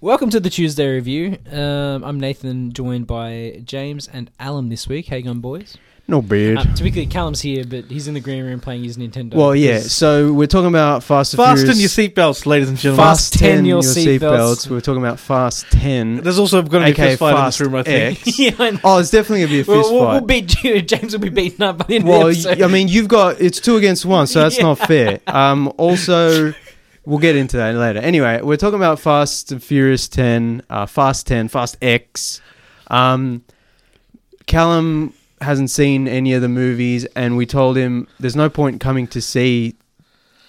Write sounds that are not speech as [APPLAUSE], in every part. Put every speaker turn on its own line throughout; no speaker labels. Welcome to the Tuesday review. Um, I'm Nathan, joined by James and Alum this week. How you going, boys?
No beard.
Uh, typically, Callum's here, but he's in the green room playing his Nintendo.
well, yeah.
'Cause
So we're talking about Fast and
Fasten
Furious.
your seatbelts, ladies and gentlemen.
Fast Ten.
your
Your
seatbelts.
seatbelts. We're talking about Fast Ten.
There's also going to be
AKA
a fight in this
Fast
room, I think.
[LAUGHS]
X.
yeah, I know.
Oh, it's definitely gonna be a [LAUGHS] fist
we'll, we'll, we'll
fight.
beat you. [LAUGHS] James will be beaten up by the end
Well,
of the episode.
y- I mean, you've got it's two against one,
[LAUGHS]
so that's not fair. Um, also, we'll get into that later. Anyway, we're talking about Fast and Furious Ten, uh, Fast Ten, Fast X. Um, Callum hasn't seen any of the movies, and we told him there's no point coming to see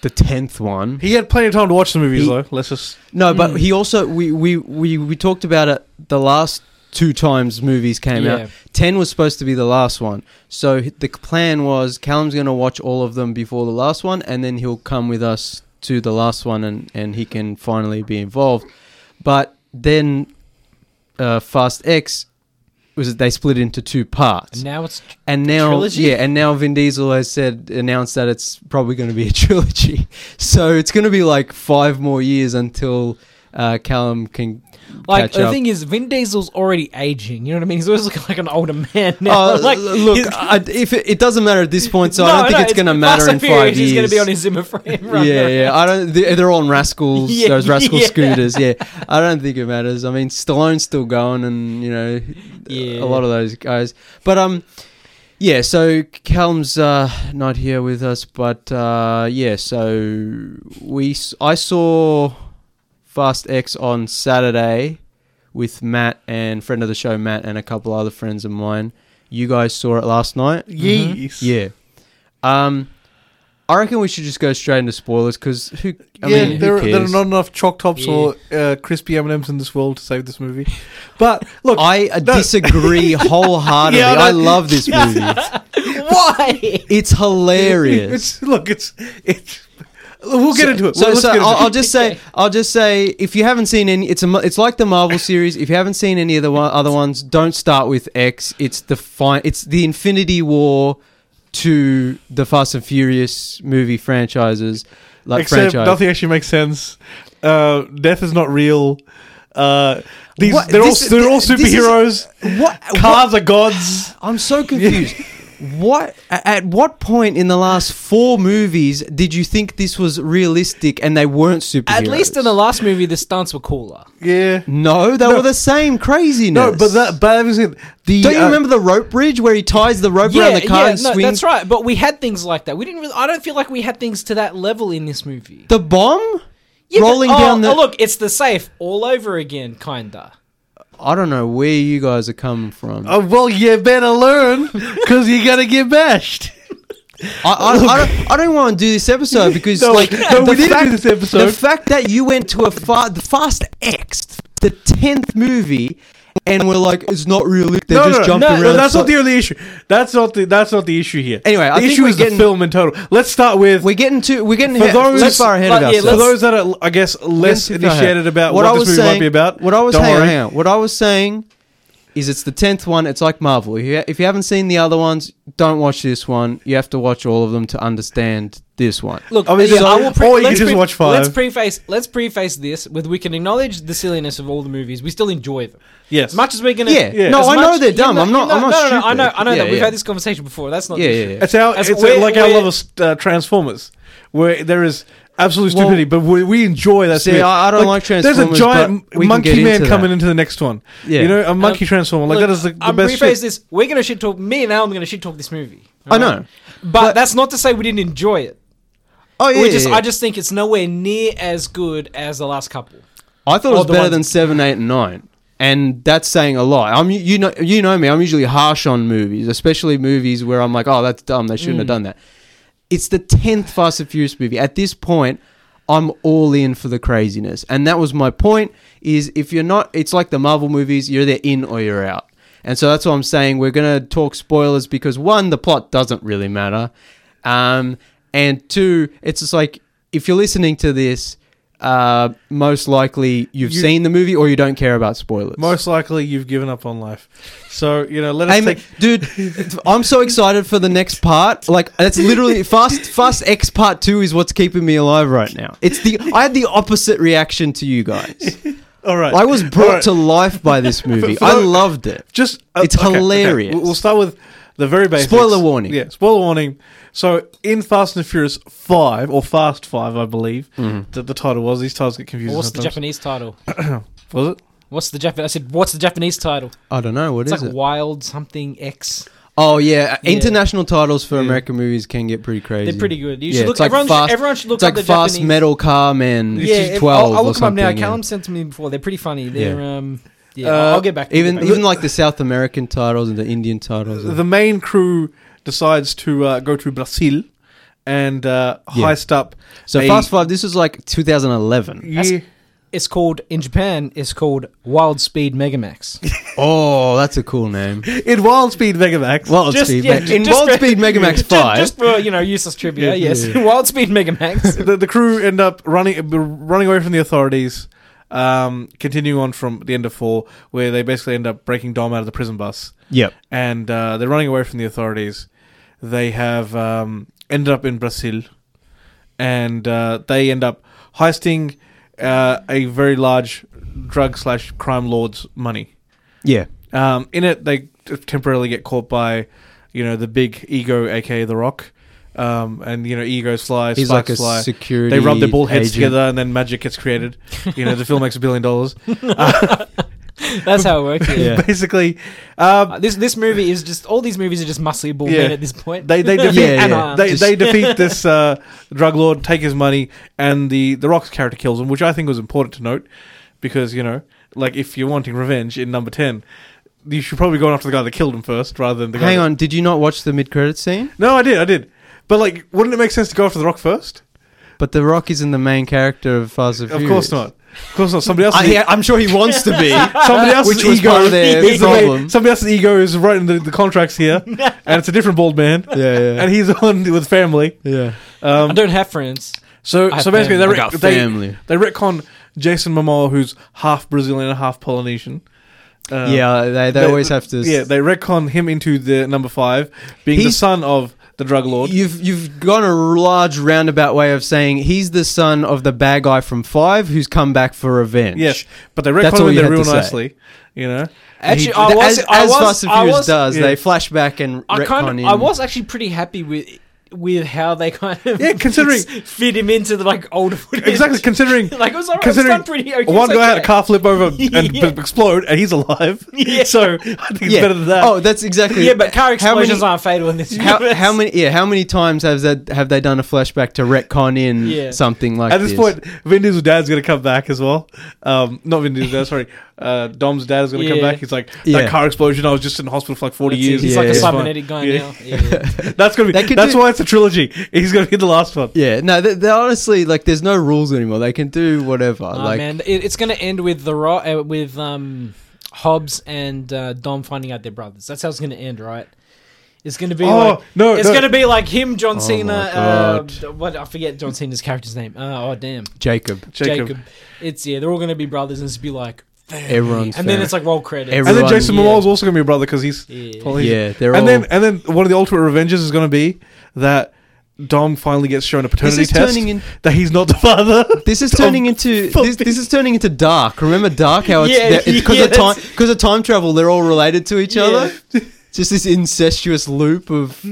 the tenth one.
[LAUGHS] He had plenty of time to watch the movies,
He-
though. Let's just.
No, but
Mm.
he also we, we we we talked about it the last two times movies came
yeah.
out. Ten was supposed to be the last one, so h- the plan was Callum's going to watch all of them before the last one, and then he'll come with us to the last one, and and he can finally be involved. But then, uh, Fast X was they split into two parts,
And now it's
and now
trilogy?
yeah, and now Vin Diesel has said announced that it's probably going to be a [LAUGHS] trilogy. So it's going to be like five more years until uh, Callum can
like
catch
the
up.
thing is, Vin Diesel's already aging. You know what I mean? He's always looking like an older man now.
Oh,
[LAUGHS] like,
look,
he's-
I, if it, it doesn't matter at this point, so
No,
I don't think
no,
it's going to
Fast
matter in
and Furious,
five years.
He's going to be on his Zimmer [LAUGHS] frame. Right
[LAUGHS] yeah, yeah. I don't. They're, they're on
[LAUGHS]
rascals.
Yeah,
those rascal
yeah.
scooters. Yeah, I don't think it matters. I mean, Stallone's still going, and you know,
Yeah.
a lot of those guys. But um, yeah. So Calum's uh, not here with us, but uh, yeah. So we, s- I saw Fast X on Saturday with Matt and friend of the show Matt and a couple other friends of mine. You guys saw it last night.
Mm-hmm. Yes.
Yeah. Um, I reckon we should just go straight into spoilers because who? I
yeah,
mean, who
there, are, there are
cares?
not enough chalk tops or uh, crispy M&Ms in this world to save this movie. But
[LAUGHS]
look,
I uh,
No. [LAUGHS]
disagree wholeheartedly.
Yeah, no.
I love this movie. [LAUGHS]
Why?
It's hilarious.
It's, look, it's it's. We'll get
So-
into it.
So,
We'll- let's
so
get into
I'll,
it.
I'll just say, I'll just say, if you haven't seen any, it's a, mo- it's like the Marvel series. If you haven't seen any of the one, other ones, don't start with X. It's the fine. It's the Infinity War to the Fast and Furious movie franchises, like
Except
franchise.
nothing actually makes sense. Uh, death is not real. Uh, these
What?
they're
This-
all they're all
this is-
superheroes.
What?
Cars are gods.
I'm so
[LAUGHS]
confused. what a- at what point in the last four movies did you think this was realistic and they weren't superheroes?
At least in the last movie, the stunts were cooler.
Yeah.
no, they
No.
were the same craziness.
No, but that but obviously the
Don't you
uh,
remember the rope bridge where he ties the rope around the car and
no,
swings
that's right. But we had things like that. We didn't. Really, I don't feel like we had things to that level in this movie.
the bomb
Yeah, but-
rolling
oh,
down the?
oh, look, it's the safe all over again, kinda.
I don't know where you guys are coming from.
Uh, well, you better learn because you gotta get bashed.
I, I, I, don't, I don't want to do this
[LAUGHS]
episode because
No,
like
no,
the
we didn't
fact-
do this episode.
The fact that you went to a fa- the Fast X, the tenth movie, and we're like, it's not realistic. They
no,
just
no,
jumped
no,
around.
no, that's
So-
not the only issue. That's not the that's not the issue here.
Anyway,
the
I think
issue
we're
is
getting-
the film in total. Let's start with
We're getting too we're getting
For
he-
those-
too far ahead
like,
of
yeah,
ourselves.
for
let's-
those that are, I guess, less
We're getting too far ahead.
initiated about what, this movie might be about.
What I was
don't
hang, on,
worry.
hang on. What I was saying is it's the tenth one. It's like Marvel. If you, if you haven't seen the other ones, don't watch this one. You have to watch all of them to understand this one.
Look,
I mean,
yeah,
so-
I will pre-
or Oh, you
let's
could just
pre-
watch five.
Let's preface. Let's preface this with we can acknowledge the silliness of all the movies. We still enjoy them.
Yes.
As much as we're gonna,
Yeah.
Yeah.
No,
as
I
much-
know they're
you
dumb. I'm
you
not- I'm
know- no,
not
no, no, I know.
stupid.
I know
Yeah,
that. We've
yeah.
had this conversation before. That's not.
Yeah,
the
yeah,
issue.
yeah.
It's our,
As
it's
we're-
like our
we're-
love of uh, Transformers, where there is absolute
Well,
stupidity, but we, we enjoy that.
see,
stuff.
I- I don't like
There's a
Transformers,
giant
but we can get
monkey
into
man
that.
coming into the next one.
Yeah.
You know, a monkey
Um,
transformer like
Look,
that is the, the
I'm
best.
preface
Shit.
this. We're gonna shit talk. Me and Alan are gonna shit talk this movie.
I know.
But, that's not to say we didn't enjoy it.
Oh yeah,
we just,
yeah, yeah.
I just think it's nowhere near as good as the last couple.
I thought it
Or
was
the
better
ones-
than seven, eight, and nine, and that's saying a lot. I'm you know you know me. I'm usually harsh on movies, especially movies where I'm like, oh, that's dumb. They shouldn't have done that. It's the tenth Fast and Furious movie. At this point, I'm all in for the craziness, and that was my point. Is if you're not, it's like the Marvel movies. You're either in or you're out, and so that's what I'm saying. We're gonna talk spoilers because one, the plot doesn't really matter, um, and two, it's just like if you're listening to this. Uh, most likely you've
You-
seen the movie or you don't care about spoilers.
Most likely, you've given up on life. So you know, let us
Hey, ma-
take. [LAUGHS]
dude, I'm so excited for the next part. Like that's literally Fast Fast X Part Two is what's keeping me alive right now. It's the I had the opposite reaction to you guys.
All right.
I was brought
All right.
to life by
[LAUGHS]
this movie. I loved it.
just uh,
It's hilarious.
We'll- We'll start with the very basic
Spoiler warning.
Yeah, spoiler warning. So in Fast and the Furious Five or Fast Five, I believe
Mm-hmm.
that the title was. These titles get confusing.
what's the
sometimes.
Japanese title?
Was it?
What's the Japanese? I said, what's the Japanese title?
I don't know what
It's
is
like
it.
Wild something X.
Oh yeah,
Yeah.
international titles for
Yeah.
American movies can get pretty crazy.
They're pretty good. You
Yeah,
should look.
it's like
everyone,
fast-
should, everyone should look
It's like
up the
Fast
Japanese.
Metal Car Man.
Yeah,
Yeah,
if-
twelve.
I'll, I'll look
or
them up now.
something, yeah.
Callum sent them to me before. They're pretty funny. They're um, yeah.
Uh,
I'll- I'll get back.
Even
I'll get back.
even like the South American titles and the Indian titles.
[LAUGHS]
The main crew decides to uh, go to Brazil and uh,
Yeah.
heist up.
so
a-
Fast Five. This was like 2011.
Yeah,
That's- it's called in Japan. It's called Wild Speed Megamax.
oh, that's a cool name.
in Wild Speed Megamax.
Wild
Just-
Speed.
yeah,
Mag- in
just
Wild
for-
Speed Mega
[LAUGHS]
Max
Just-
Five.
Just, for you know, useless trivia.
Yeah.
yes, [LAUGHS]
Yeah.
Wild Speed
[LAUGHS]
Megamax.
the, the crew end up running running away from the authorities. Um, continuing on from the end of four, where they basically end up breaking Dom out of the prison bus.
yep.
and uh, they're running away from the authorities. They have um, ended up in Brazil, and uh, they end up heisting uh, a very large drug slash crime lord's money.
Yeah.
Um, in it, they temporarily get caught by, you know, the big ego, aka The Rock, um, and you know, ego Sly,
He's
Spike
like a
Sly.
security.
They rub their bald heads
agent.
together, and then magic gets created. You know, the film makes a billion dollars.
That's how it works. Yeah.
[LAUGHS] Yeah.
[LAUGHS] Basically, um,
Uh, this this movie is just all these movies are just muscly ball
Yeah.
men at this point.
They they defeat
Yeah,
And
yeah.
arms.
they,
Just- [LAUGHS]
they defeat this uh, drug lord, take his money, and the the Rock's character kills him, which I think was important to note because you know, like if you're wanting revenge in number ten, you should probably go after the guy that killed him first rather than the guy.
Hang
that-
on. Did you not watch the mid-credit scene?
no, I did, I did, but like, wouldn't it make sense to go after the Rock first?
But The Rock isn't the main character of Fast and
Of
Furious.
course not. Of course
[LAUGHS]
not. Somebody else.
I, yeah, I'm sure he wants to [LAUGHS] be.
Somebody else's
Which was
ego
part of their
is the
problem.
main- somebody else's ego is writing the, the
[LAUGHS]
contracts here, and it's a different bald man,
yeah, yeah.
and he's [LAUGHS] on with family.
yeah.
I
Um,
don't have friends.
so,
I
so basically,
family.
they're,
I got
they
family.
They retcon Jason Momoa, who's half Brazilian and half Polynesian. Uh,
yeah, they, they, always have to.
Yeah, they retcon him into the number five, being the
He's-
son of the drug lord.
You've you've gone a large roundabout way of saying he's the son of the bad guy from Five who's come back for revenge.
Yes, but they
That's
retcon
all
him in
you had
there real
to say.
nicely. You know,
Actually,
He-
I was
as,
I
as
was,
Fast and
I
Furious
was,
does,
yeah.
they flash back and
I
retcon
kind of,
him.
I was actually pretty happy with with how they kind of
Yeah,
[LAUGHS]
considering-
fit him into the like older footage. [LAUGHS]
exactly. Considering
like it was, alright, it was
considering
done pretty okay.
one
it's
guy had a
okay.
car
[LAUGHS]
flip over and
Yeah.
b- explode, and he's alive.
[LAUGHS] Yeah.
So I think it's
yeah.
better than that.
Oh, that's exactly.
Yeah, but car
How many-
explosions aren't fatal in [LAUGHS] this.
How,
universe.
how many? Yeah, how many times have that have they done a flashback to retcon in
Yeah.
something like
At this point, Vin Diesel's dad's gonna come back as well. Um, not Vin Diesel's dad, sorry. Uh, Dom's dad is gonna come
Yeah.
back. He's like that
Yeah.
car explosion. I was just in hospital for like forty
That's it,
years.
He's
It's
like a
fine.
cybernetic guy
Yeah.
now.
[LAUGHS]
Yeah.
[LAUGHS] That's gonna
They
be.
could
That's
do-
why it's a trilogy. He's gonna be the last one.
Yeah, no, they, they honestly like there's no rules anymore. They can do whatever.
Oh,
like,
man, it, it's gonna end with the ro- uh, with um, Hobbs and uh, Dom finding out they're brothers. That's how it's gonna end, right? It's gonna be
Oh,
like
no,
it's
no.
gonna be like him, John
Oh my
Cena.
God.
Uh, what I forget John Cena's character's name. Uh, oh damn,
Jacob,
Jacob.
It's yeah, they're all gonna be brothers, and it's be like,
everyone's
and then
fair.
it's like roll credits.
Every-
And then
Everyone-
Jason
Yeah.
Momoa's also gonna be a brother because he's.
Yeah.
Well, he's-
yeah, they're
And
all.
then and then one of the ultimate revenges is gonna be that Dom finally gets shown a
this
paternity
is
test
turning in.
that he's not the father. [LAUGHS]
This is
Tom
turning
[LAUGHS]
into this,
fucking-
this is turning into dark. Remember dark? How it's
Yeah,
because it's 'cause
[LAUGHS]
of
yes.
time because of time travel. They're all related to each
Yeah. [LAUGHS]
other. Just this incestuous loop of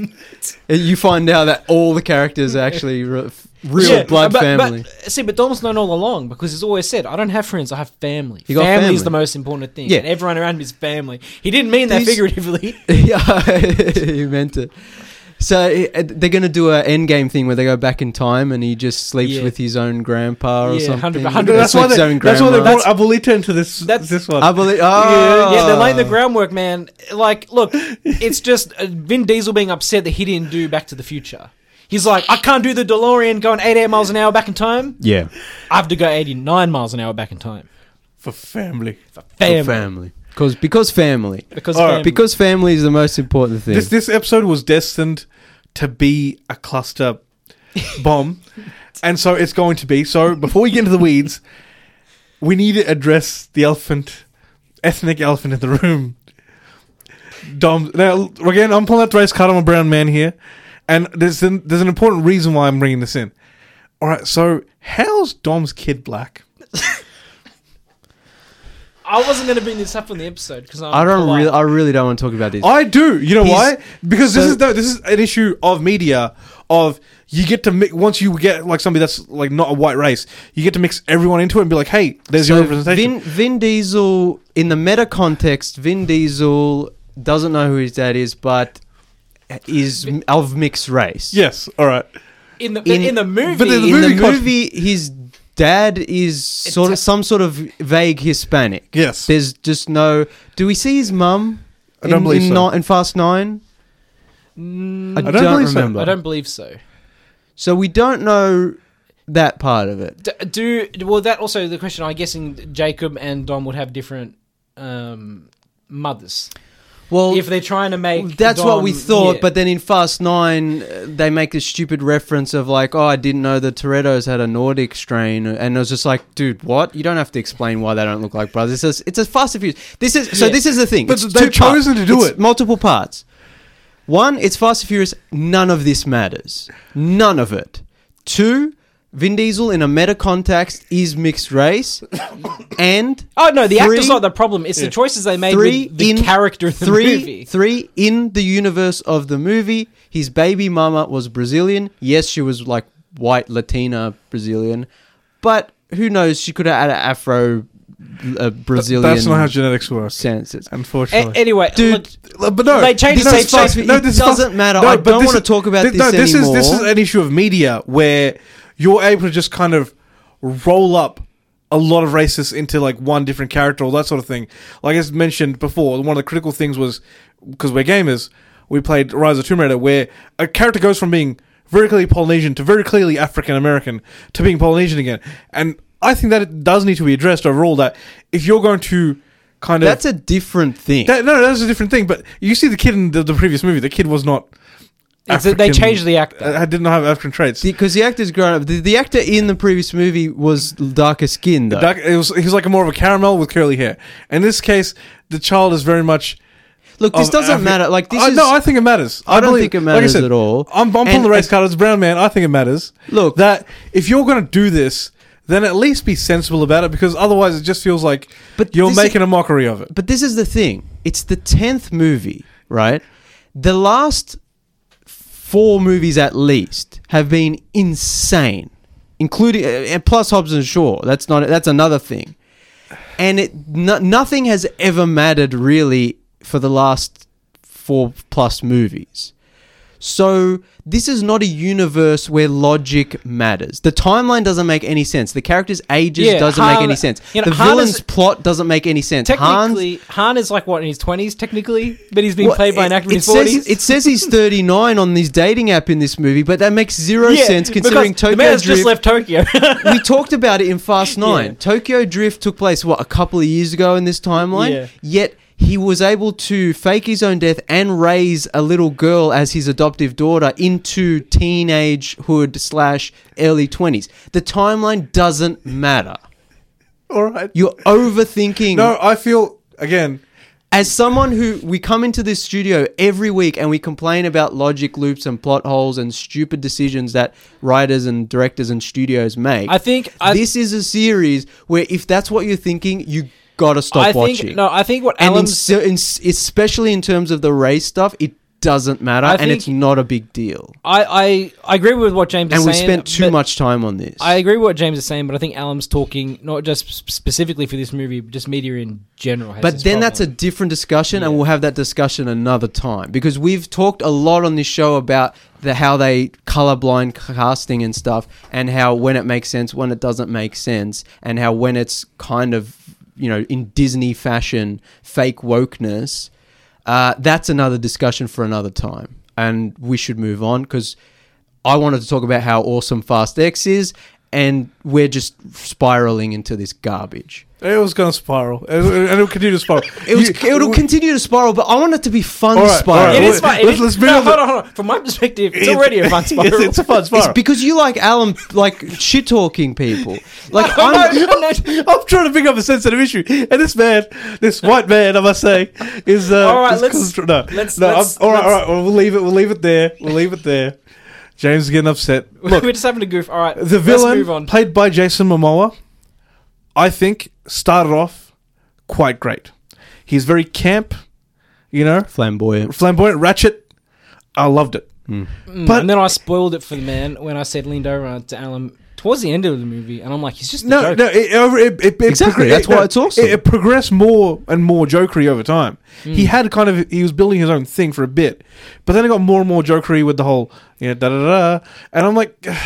you find out that all the characters are actually re- real
Yeah,
blood
but-
family.
But, see, but Dom's known all along because he's always said, "I don't have friends; I have family.
You got
family is
family.
the most important thing,
Yeah.
and everyone around him is family." He didn't mean that
These-
figuratively.
[LAUGHS] yeah, he meant it. So eh, eh, they're going to do an end game thing where they go back in time and he just sleeps
Yeah.
with his own grandpa or
Yeah,
something.
100 100
Or
that's why
sleeps
they.
his own
That's why they
grandma.
brought Abuelita into this.
That's-
this one.
I believe.
Yeah,
Oh.
yeah, they're laying the groundwork, man. Like,
[LAUGHS]
look, it's just uh, Vin Diesel being upset that he didn't do Back to the Future. He's like, I can't do the DeLorean going 88 miles an hour back in time.
Yeah,
I have to go 89 miles an hour back in time.
for family.
For
family.
family.
family. Cause, because family.
Because
All right.
family.
Because family is the most important thing.
This this episode was destined to be a cluster bomb, and so it's going to be. So before we get into the weeds, we need to address the elephant, ethnic elephant in the room. Dom. Now again, I'm pulling out the race card. I'm a brown man here, and there's an, there's an important reason why I'm bringing this in. All right, so how's Dom's kid black?
I wasn't going to bring this up on the episode because
I don't really, I really don't want to talk about this.
I do. You know
He's-
why? Because this
so-
is no, this is an issue of media. Of you get to mix once you get like somebody that's like not a white race, you get to mix everyone into it and be like, hey, there's your
So
representation.
Vin, Vin Diesel, in the meta context, Vin Diesel doesn't know who his dad is, but is m- of mixed race.
yes. All right.
in the in,
in-
the movie.
but the-
in the
movie con-
movie, his dad is sort of some sort of vague Hispanic.
Yes.
There's just no. Do we see his mum?
I don't
in,
believe
in,
so.
Ni- in Fast Nine.
Mm,
I,
don't
don't,
believe so.
remember.
I don't believe so.
So we don't know that part of it.
D- do well that also the question I'm guessing Jacob and Dom would have different um, mothers
Well,
if they're trying to make.
That's what we
Dom-
thought,
yeah.
but then in Fast Nine, uh, they make this stupid reference of like, "Oh, I didn't know the Toretto's had a Nordic strain," and it was just like, "Dude, what? You don't have to explain why they don't look like brothers." It's a, it's a Fast and Furious. This is so.
Yeah.
This is the thing.
But
It's
they've
two parts.
chosen to do
It's
it.
Multiple parts. One, it's Fast and Furious. None of this matters. None of it. Two, Vin Diesel in a meta context is mixed race, [COUGHS] and
Oh no, the
Three-
actor's not the problem. It's the choices they made
three
with the
in
character in the
three
movie.
three in the universe of the movie. His baby mama was Brazilian. Yes, she was like white Latina Brazilian, but who knows? She could have had an Afro uh, Brazilian.
That's not how genetics works.
senses.
A-
Unfortunately.
anyway,
Dude,
look,
but no,
they changed-
no,
they
it's fast-
changed-
no,
it
this is fast-
doesn't matter. I
but
don't wanna
is-
talk about this
no, this is this is
anymore.
an issue of media where you're able to just kind of roll up a lot of racists into like one different character or that sort of thing. Like as mentioned before, one of the critical things was because we're gamers, we played Rise of Tomb Raider, where a character goes from being very clearly Polynesian to very clearly African American to being Polynesian again, and I think that it does need to be addressed overall. That if you're going to kind of
That's a different thing.
that, no, that's a different thing. But you see the kid in the, the previous movie. The kid was not. Uh,
It's that they changed the actor.
I didn't have African traits.
because the actor's grown up. The, the actor in the previous movie was darker skinned. though.
Dark- it was, he was like a more of a caramel with curly hair. In this case, the child is very much.
Look, this
of
doesn't
Afri-
matter. Like this
I,
is
no, I think it matters.
I don't
believe-
think it
like I
matters at all.
I'm, I'm pulling
And-
the race card. It's brown man. I think it matters.
Look-
that if you're going to do this, then at least be sensible about it, because otherwise it just feels like
But
you're
this
making a mockery of it.
But this is the thing. It's the tenth movie, right? The last four movies, at least, have been insane, including uh, and plus Hobbs and Shaw. That's not. That's another thing. And it no, nothing has ever mattered really for the last four plus movies. So this is not a universe where logic matters. The timeline doesn't make any sense. The characters' ages
Yeah,
doesn't make
Han-
any sense.
you know,
the
Han
villain's
is-
plot doesn't make any sense. Han's
technically, Han is like what in his twenties, technically, but he's being
well,
played by an
it-
actor in
it
his
says-
forties.
It says he's 39 on this dating app in this movie, but that makes zero sense considering
because
Tokyo
the man's
Drift.
just left Tokyo. [LAUGHS]
we talked about it in Fast Nine.
Yeah.
Tokyo Drift took place what a couple of years ago in this timeline.
Yeah.
Yet he was able to fake his own death and raise a little girl as his adoptive daughter into teenagehood slash early 20s. The timeline doesn't matter.
All right.
You're overthinking
no, I feel again.
as someone who we come into this studio every week and we complain about logic loops and plot holes and stupid decisions that writers and directors and studios make.
I think I,
this is a series where if that's what you're thinking, you gotta stop
I think
watching.
no, I think what
and in,
Alan's
cer- in, s- especially in terms of the race stuff, it doesn't matter,
I
and
think-
it's not a big deal.
I, I I agree with what James
And
is
we
saying.
spent too
but
much time on this.
I agree with what James is saying, but I think Alan's talking not just sp- specifically for this movie, but just media in general. Has
But
this
then that's a
problem.
different discussion, and we'll have that discussion another time because we've talked a lot on this show about the how they colorblind casting and stuff, and how when it makes sense, when it doesn't make sense, and how when it's kind of you know in Disney fashion, fake wokeness. Uh, that's another discussion for another time, and we should move on because I wanted to talk about how awesome Fast X is, and we're just spiraling into this garbage.
It was going to spiral, and it'll continue to spiral.
It was,
You-
it'll continue to spiral, but I want it to be fun
All right,
spiral.
all right,
It
[LAUGHS]
Well,
is fun.
let's-
Let's,
let's move
no,
on.
hold on, hold on. From my perspective, it's already a fun
[LAUGHS] It's-
spiral.
It's a fun
It's
spiral.
because you like Alan, like shit talking
[LAUGHS]
people. Like
No, [LAUGHS]
I'm,
no, no, no.
[LAUGHS] I'm trying to pick up a sensitive issue, and this man, this white man, I must say, is uh,
All right,
is
let's-
constr- no,
let's-
no,
let's-
I'm- all right, all
let's-
right, well, we'll leave it, we'll leave it there, we'll leave it there. James is
[LAUGHS]
getting upset. Look,
we're just having a goof. All right,
the
let's move
villain
on.
played by Jason Momoa, I think, started off quite great. He's very camp, you know,
Flamboyant.
flamboyant, ratchet. I loved it.
But
But-
Hmm. and then Mm, I spoiled it for the man when I said leaned over to Alan towards the end of the movie, and I'm like, he's just a
No,
joke.
no, it, over- it, it, it
Exactly,
progre-
that's
it-
why
no,
it's awesome.
It, it progressed more and more jokery over time. He
Hmm.
had kind of he was building his own thing for a bit, but then it got more and more jokery with the whole you know da da da, da. and I'm like. [SIGHS]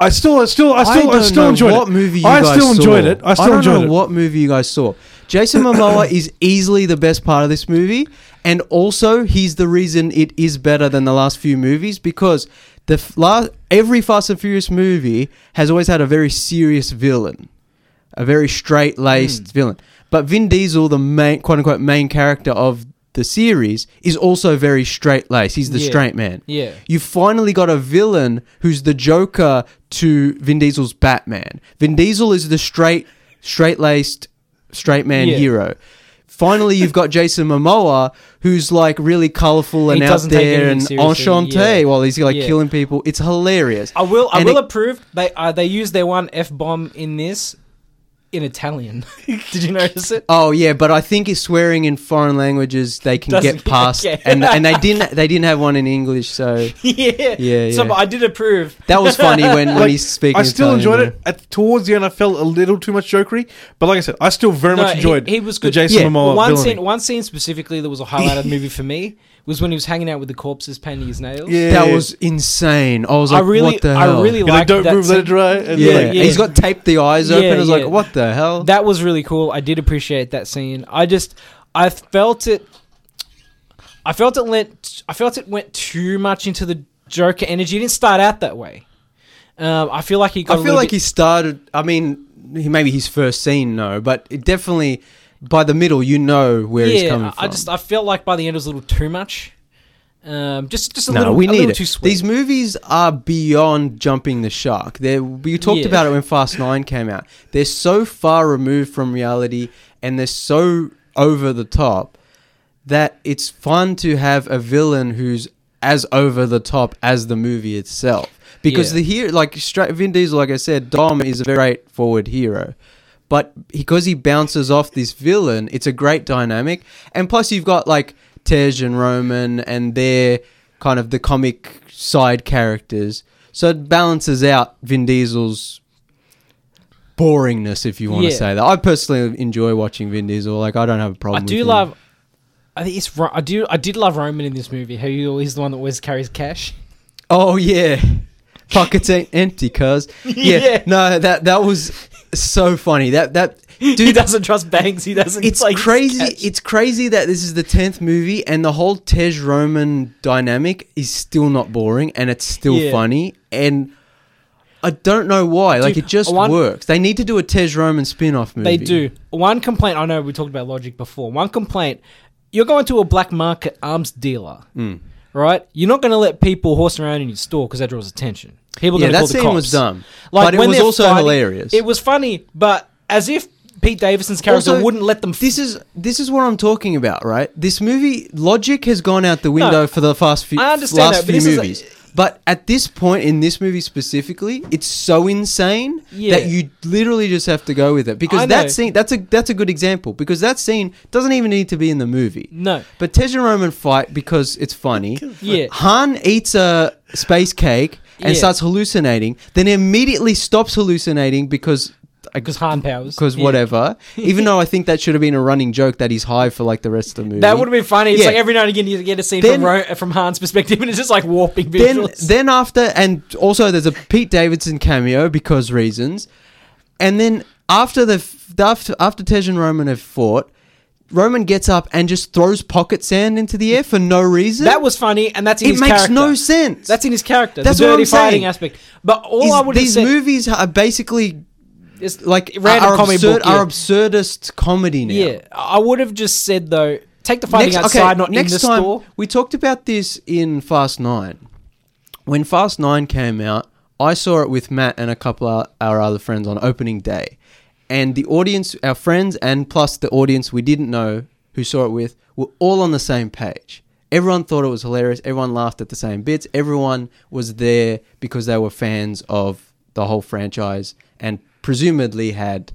I still, I still, I still, I,
don't
still
know
enjoyed
what
it.
movie you
I
guys
still
saw.
enjoyed it. I still
don't
enjoyed
know
it.
what movie you guys saw. Jason
[LAUGHS]
Momoa is easily the best part of this movie, and also he's the reason it is better than the last few movies because the f- last every Fast and Furious movie has always had a very serious villain, a very straight laced
Hmm.
villain. But Vin Diesel, the main quote unquote main character of the series, is also very straight laced. He's the
Yeah.
straight man.
Yeah.
You finally got a villain who's the Joker to Vin Diesel's Batman. Vin Diesel is the straight, straight laced, straight man
Yeah.
hero. Finally, you've got Jason Momoa, who's like really colorful and
He
out
doesn't take
there and
anything seriously,
enchante
yeah.
while he's like
Yeah.
killing people. It's hilarious.
I will, I
And
will
it-
approve. They uh, they used their one f bomb in this in Italian. [LAUGHS] Did you notice it? [LAUGHS]
Oh yeah, but I think it's swearing in foreign languages they can
Doesn't-
get past,
okay.
and and
[LAUGHS]
they didn't they didn't have one in English, so
yeah,
Yeah,
So
yeah.
but I did approve.
that was funny when, when
Like,
he's speaking.
I still
Italian,
enjoyed
yeah.
it. At, towards the end, I felt a little too much jokery, but like I said, I still very
No,
much
he-
enjoyed.
he was
the
good.
Jason
Yeah,
Momoa
one
villainy.
scene, one scene specifically that was a highlight
[LAUGHS]
of the movie for me was when he was hanging out with the corpses painting his nails.
Yeah,
That was insane. I was
I
like,
really,
what the hell?
I really
You know,
liked
don't
that.
move,
scene.
let it dry. and
yeah.
like-
yeah.
he's got taped the eyes
Yeah,
open. I was
yeah.
like, what the hell?
That was really cool. I did appreciate that scene. I just I felt it I felt it went I felt it went too much into the Joker energy. It didn't start out that way. Um, I feel like he got
I feel like he started. I mean, he, maybe his first scene, no, but it definitely by the middle, you know where
yeah,
he's coming from.
I just I felt like by the end it was a little too much. Um, just just a
no,
little
we
a little
need it.
too sweet.
These movies are beyond jumping the shark. They're, we talked
Yeah.
about it when Fast Nine came out. They're so far removed from reality, and they're so over the top that it's fun to have a villain who's as over the top as the movie itself. Because
Yeah.
the hero, like straight, Vin Diesel, like I said, Dom is a very straightforward hero. But because he bounces off this villain, it's a great dynamic. And plus, you've got like Tej and Roman, and they're kind of the comic side characters. So it balances out Vin Diesel's boringness, if you want
Yeah.
to say that. I personally enjoy watching Vin Diesel. Like, I don't have a
I
problem. with
do
him.
love I think it's Ro- I do I did love Roman in this movie. How he always the one that always carries cash. [LAUGHS]
Oh yeah, pockets ain't
[LAUGHS]
empty, cuz. Yeah.
Yeah.
no, that that was so funny. That that
[LAUGHS] he
dude,
doesn't trust banks. He doesn't.
it's
like,
crazy.
cash.
It's crazy that this is the tenth movie, and the whole Tej Roman dynamic is still not boring, and it's still
Yeah.
funny, and. I don't know why. like
Dude,
it just
one-
works. They need to do a Tej Roman spin-off movie.
They do. One complaint, I know we talked about logic before. One complaint, you're going to a black market arms dealer,
Hmm.
right? You're not going to let people horse around in your store because that draws attention. People are going to
Yeah, that
call the
scene
cops.
was dumb,
Like,
but it
when
was
they're
also
fighting-
hilarious.
It was funny, but as if Pete Davidson's character
Also,
wouldn't let them. F-
This is this is what I'm talking about, right? This movie logic has gone out the window
No,
for the fast few
I understand
last
that, but
few
this is a-
movies. but at this point in this movie specifically, it's so insane
Yeah.
that you literally just have to go with it because
I know.
that scene that's a that's a good example because that scene doesn't even need to be in the movie.
No.
But Tej and Roman fight because it's funny.
Yeah.
Han eats a space cake and
Yeah.
starts hallucinating, then immediately stops hallucinating because
because Han powers.
because
Yeah.
whatever. Even though I think that should have been a running joke that he's high for like the rest of the movie.
That would have been funny. It's
Yeah.
like every now and again you get a scene
Then-
from, Ro- from Han's perspective, and it's just like warping
then
visuals.
then after and also there's a Pete Davidson cameo because reasons, and then after the f- after after Tej and Roman have fought. Roman gets up and just throws pocket sand into the air for no reason.
that was funny, and that's in
it
his
makes no
character.
sense.
That's in his character.
That's
the
what
dirty
I'm
fighting
saying.
aspect. But all
Is-
I would have
these
said
movies are basically
is
like
Random
are,
comic
absurd,
book, yeah.
are absurdist comedy now.
yeah. I would have just said though, take the fighting
Next-
outside, not in the
time,
store.
We talked about this in Fast Nine. When Fast Nine came out, I saw it with Matt and a couple of our other friends on opening day, and the audience, our friends, and plus the audience we didn't know who saw it with, were all on the same page. Everyone thought it was hilarious. Everyone laughed at the same bits. Everyone was there because they were fans of the whole franchise and presumably had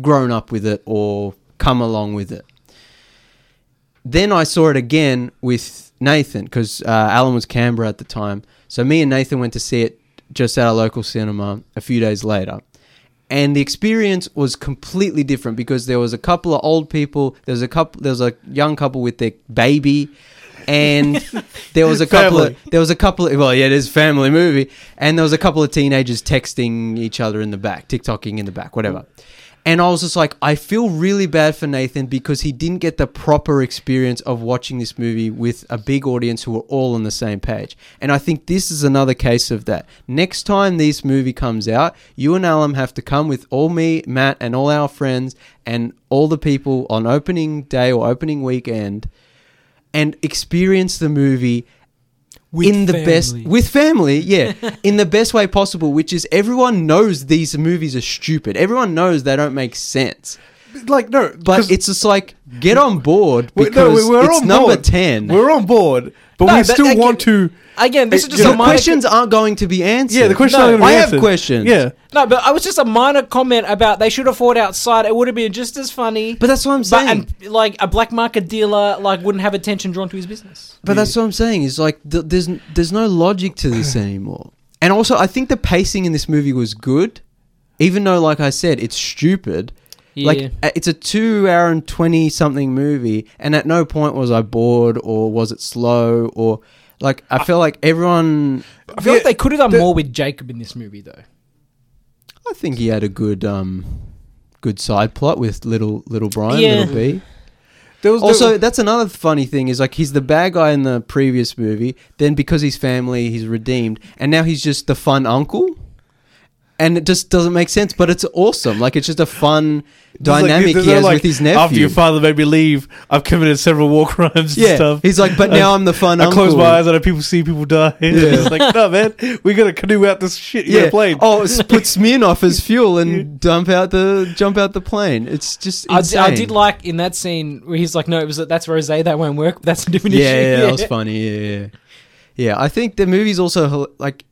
grown up with it or come along with it. Then I saw it again with Nathan because uh, Alan was Canberra at the time. So me and Nathan went to see it just at a local cinema a few days later. And the experience was completely different because there was a couple of old people, there was a couple, there was a young couple with their baby, and there was a couple of
Family.
there was a couple of well yeah it is a family movie and there was a couple of teenagers texting each other in the back tiktoking in the back whatever and i was just like i feel really bad for nathan because he didn't get the proper experience of watching this movie with a big audience who were all on the same page and i think this is another case of that next time this movie comes out you and alan have to come with all me matt and all our friends and all the people on opening day or opening weekend and experience the movie
With
in the best
family.
with family,
[LAUGHS]
yeah, in the best way possible, which is everyone knows these movies are stupid. Everyone knows they don't make sense.
Like no,
But it's just like get on board
we-
because it's number
board.
10.
We're on board, but
No,
we
but
still
again-
want to.
Again, this
It-
is
the
just
you
a
know,
minor
questions aren't going to be answered.
Yeah, the questions
No,
are going to be
I have
answered.
questions.
Yeah,
No, but I was just a minor comment about they should have fought outside. It would have been just as funny.
But that's what I'm
but
saying.
and, like a black market dealer like wouldn't have attention drawn to his business.
But that's what I'm saying. Is like th- there's n- there's no logic to this
[CLEARS THROAT]
anymore. And also, I think the pacing in this movie was good, even though, like I said, it's stupid.
Yeah.
Like uh, it's a two hour and twenty something movie, and at no point was I bored or was it slow or like I feel like everyone.
I feel like
Yeah,
they could have done
the-
more with Jacob in this movie though.
I think he had a good um good side plot with little little Brian
Yeah.
little B.
there was
Also,
there-
that's another funny thing is like he's the bad guy in the previous movie. Then because he's family, he's redeemed, and now he's just the fun uncle. And it just doesn't make sense, but it's awesome. Like it's just a fun
there's like-
dynamic
there's
he
no,
has
like,
with his
After
nephew.
your father made me leave, I've committed several war crimes and
yeah,
stuff.
he's like, but now I'm the fun
I
uncle.
close my eyes and I people see people die. [LAUGHS] it's like, no, man, we got to canoe out this shit. You yeah.
Yeah.
got plane.
Oh,
[LAUGHS]
s- put Smirnoff as fuel and dump out the jump out the plane. It's just
I d-
insane.
I did like in that scene where he's like, "No, it was that's Rose. That won't work. That's a different
yeah,
issue."
yeah,
[LAUGHS]
that was funny. Yeah, yeah, yeah. I think the movie's also hil- like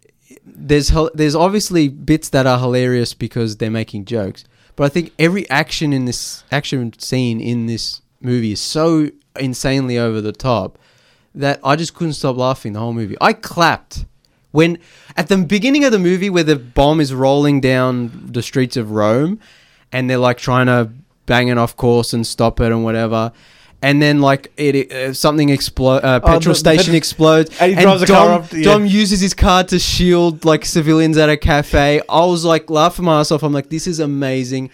there's hil- there's obviously bits that are hilarious because they're making jokes, but I think every action in this action scene in this movie is so insanely over the top that I just couldn't stop laughing the whole movie. I clapped when at the beginning of the movie where the bomb is rolling down the streets of Rome and they're like trying to bang it off course and stop it and whatever. And then, like it, uh, something explode. Uh,
Oh,
petrol
the-
station
the-
explodes,
and he drives a car
Dom,
up to- yeah.
Dom uses his car to shield like civilians at a cafe. I was like laughing my ass off. I'm like, this is amazing.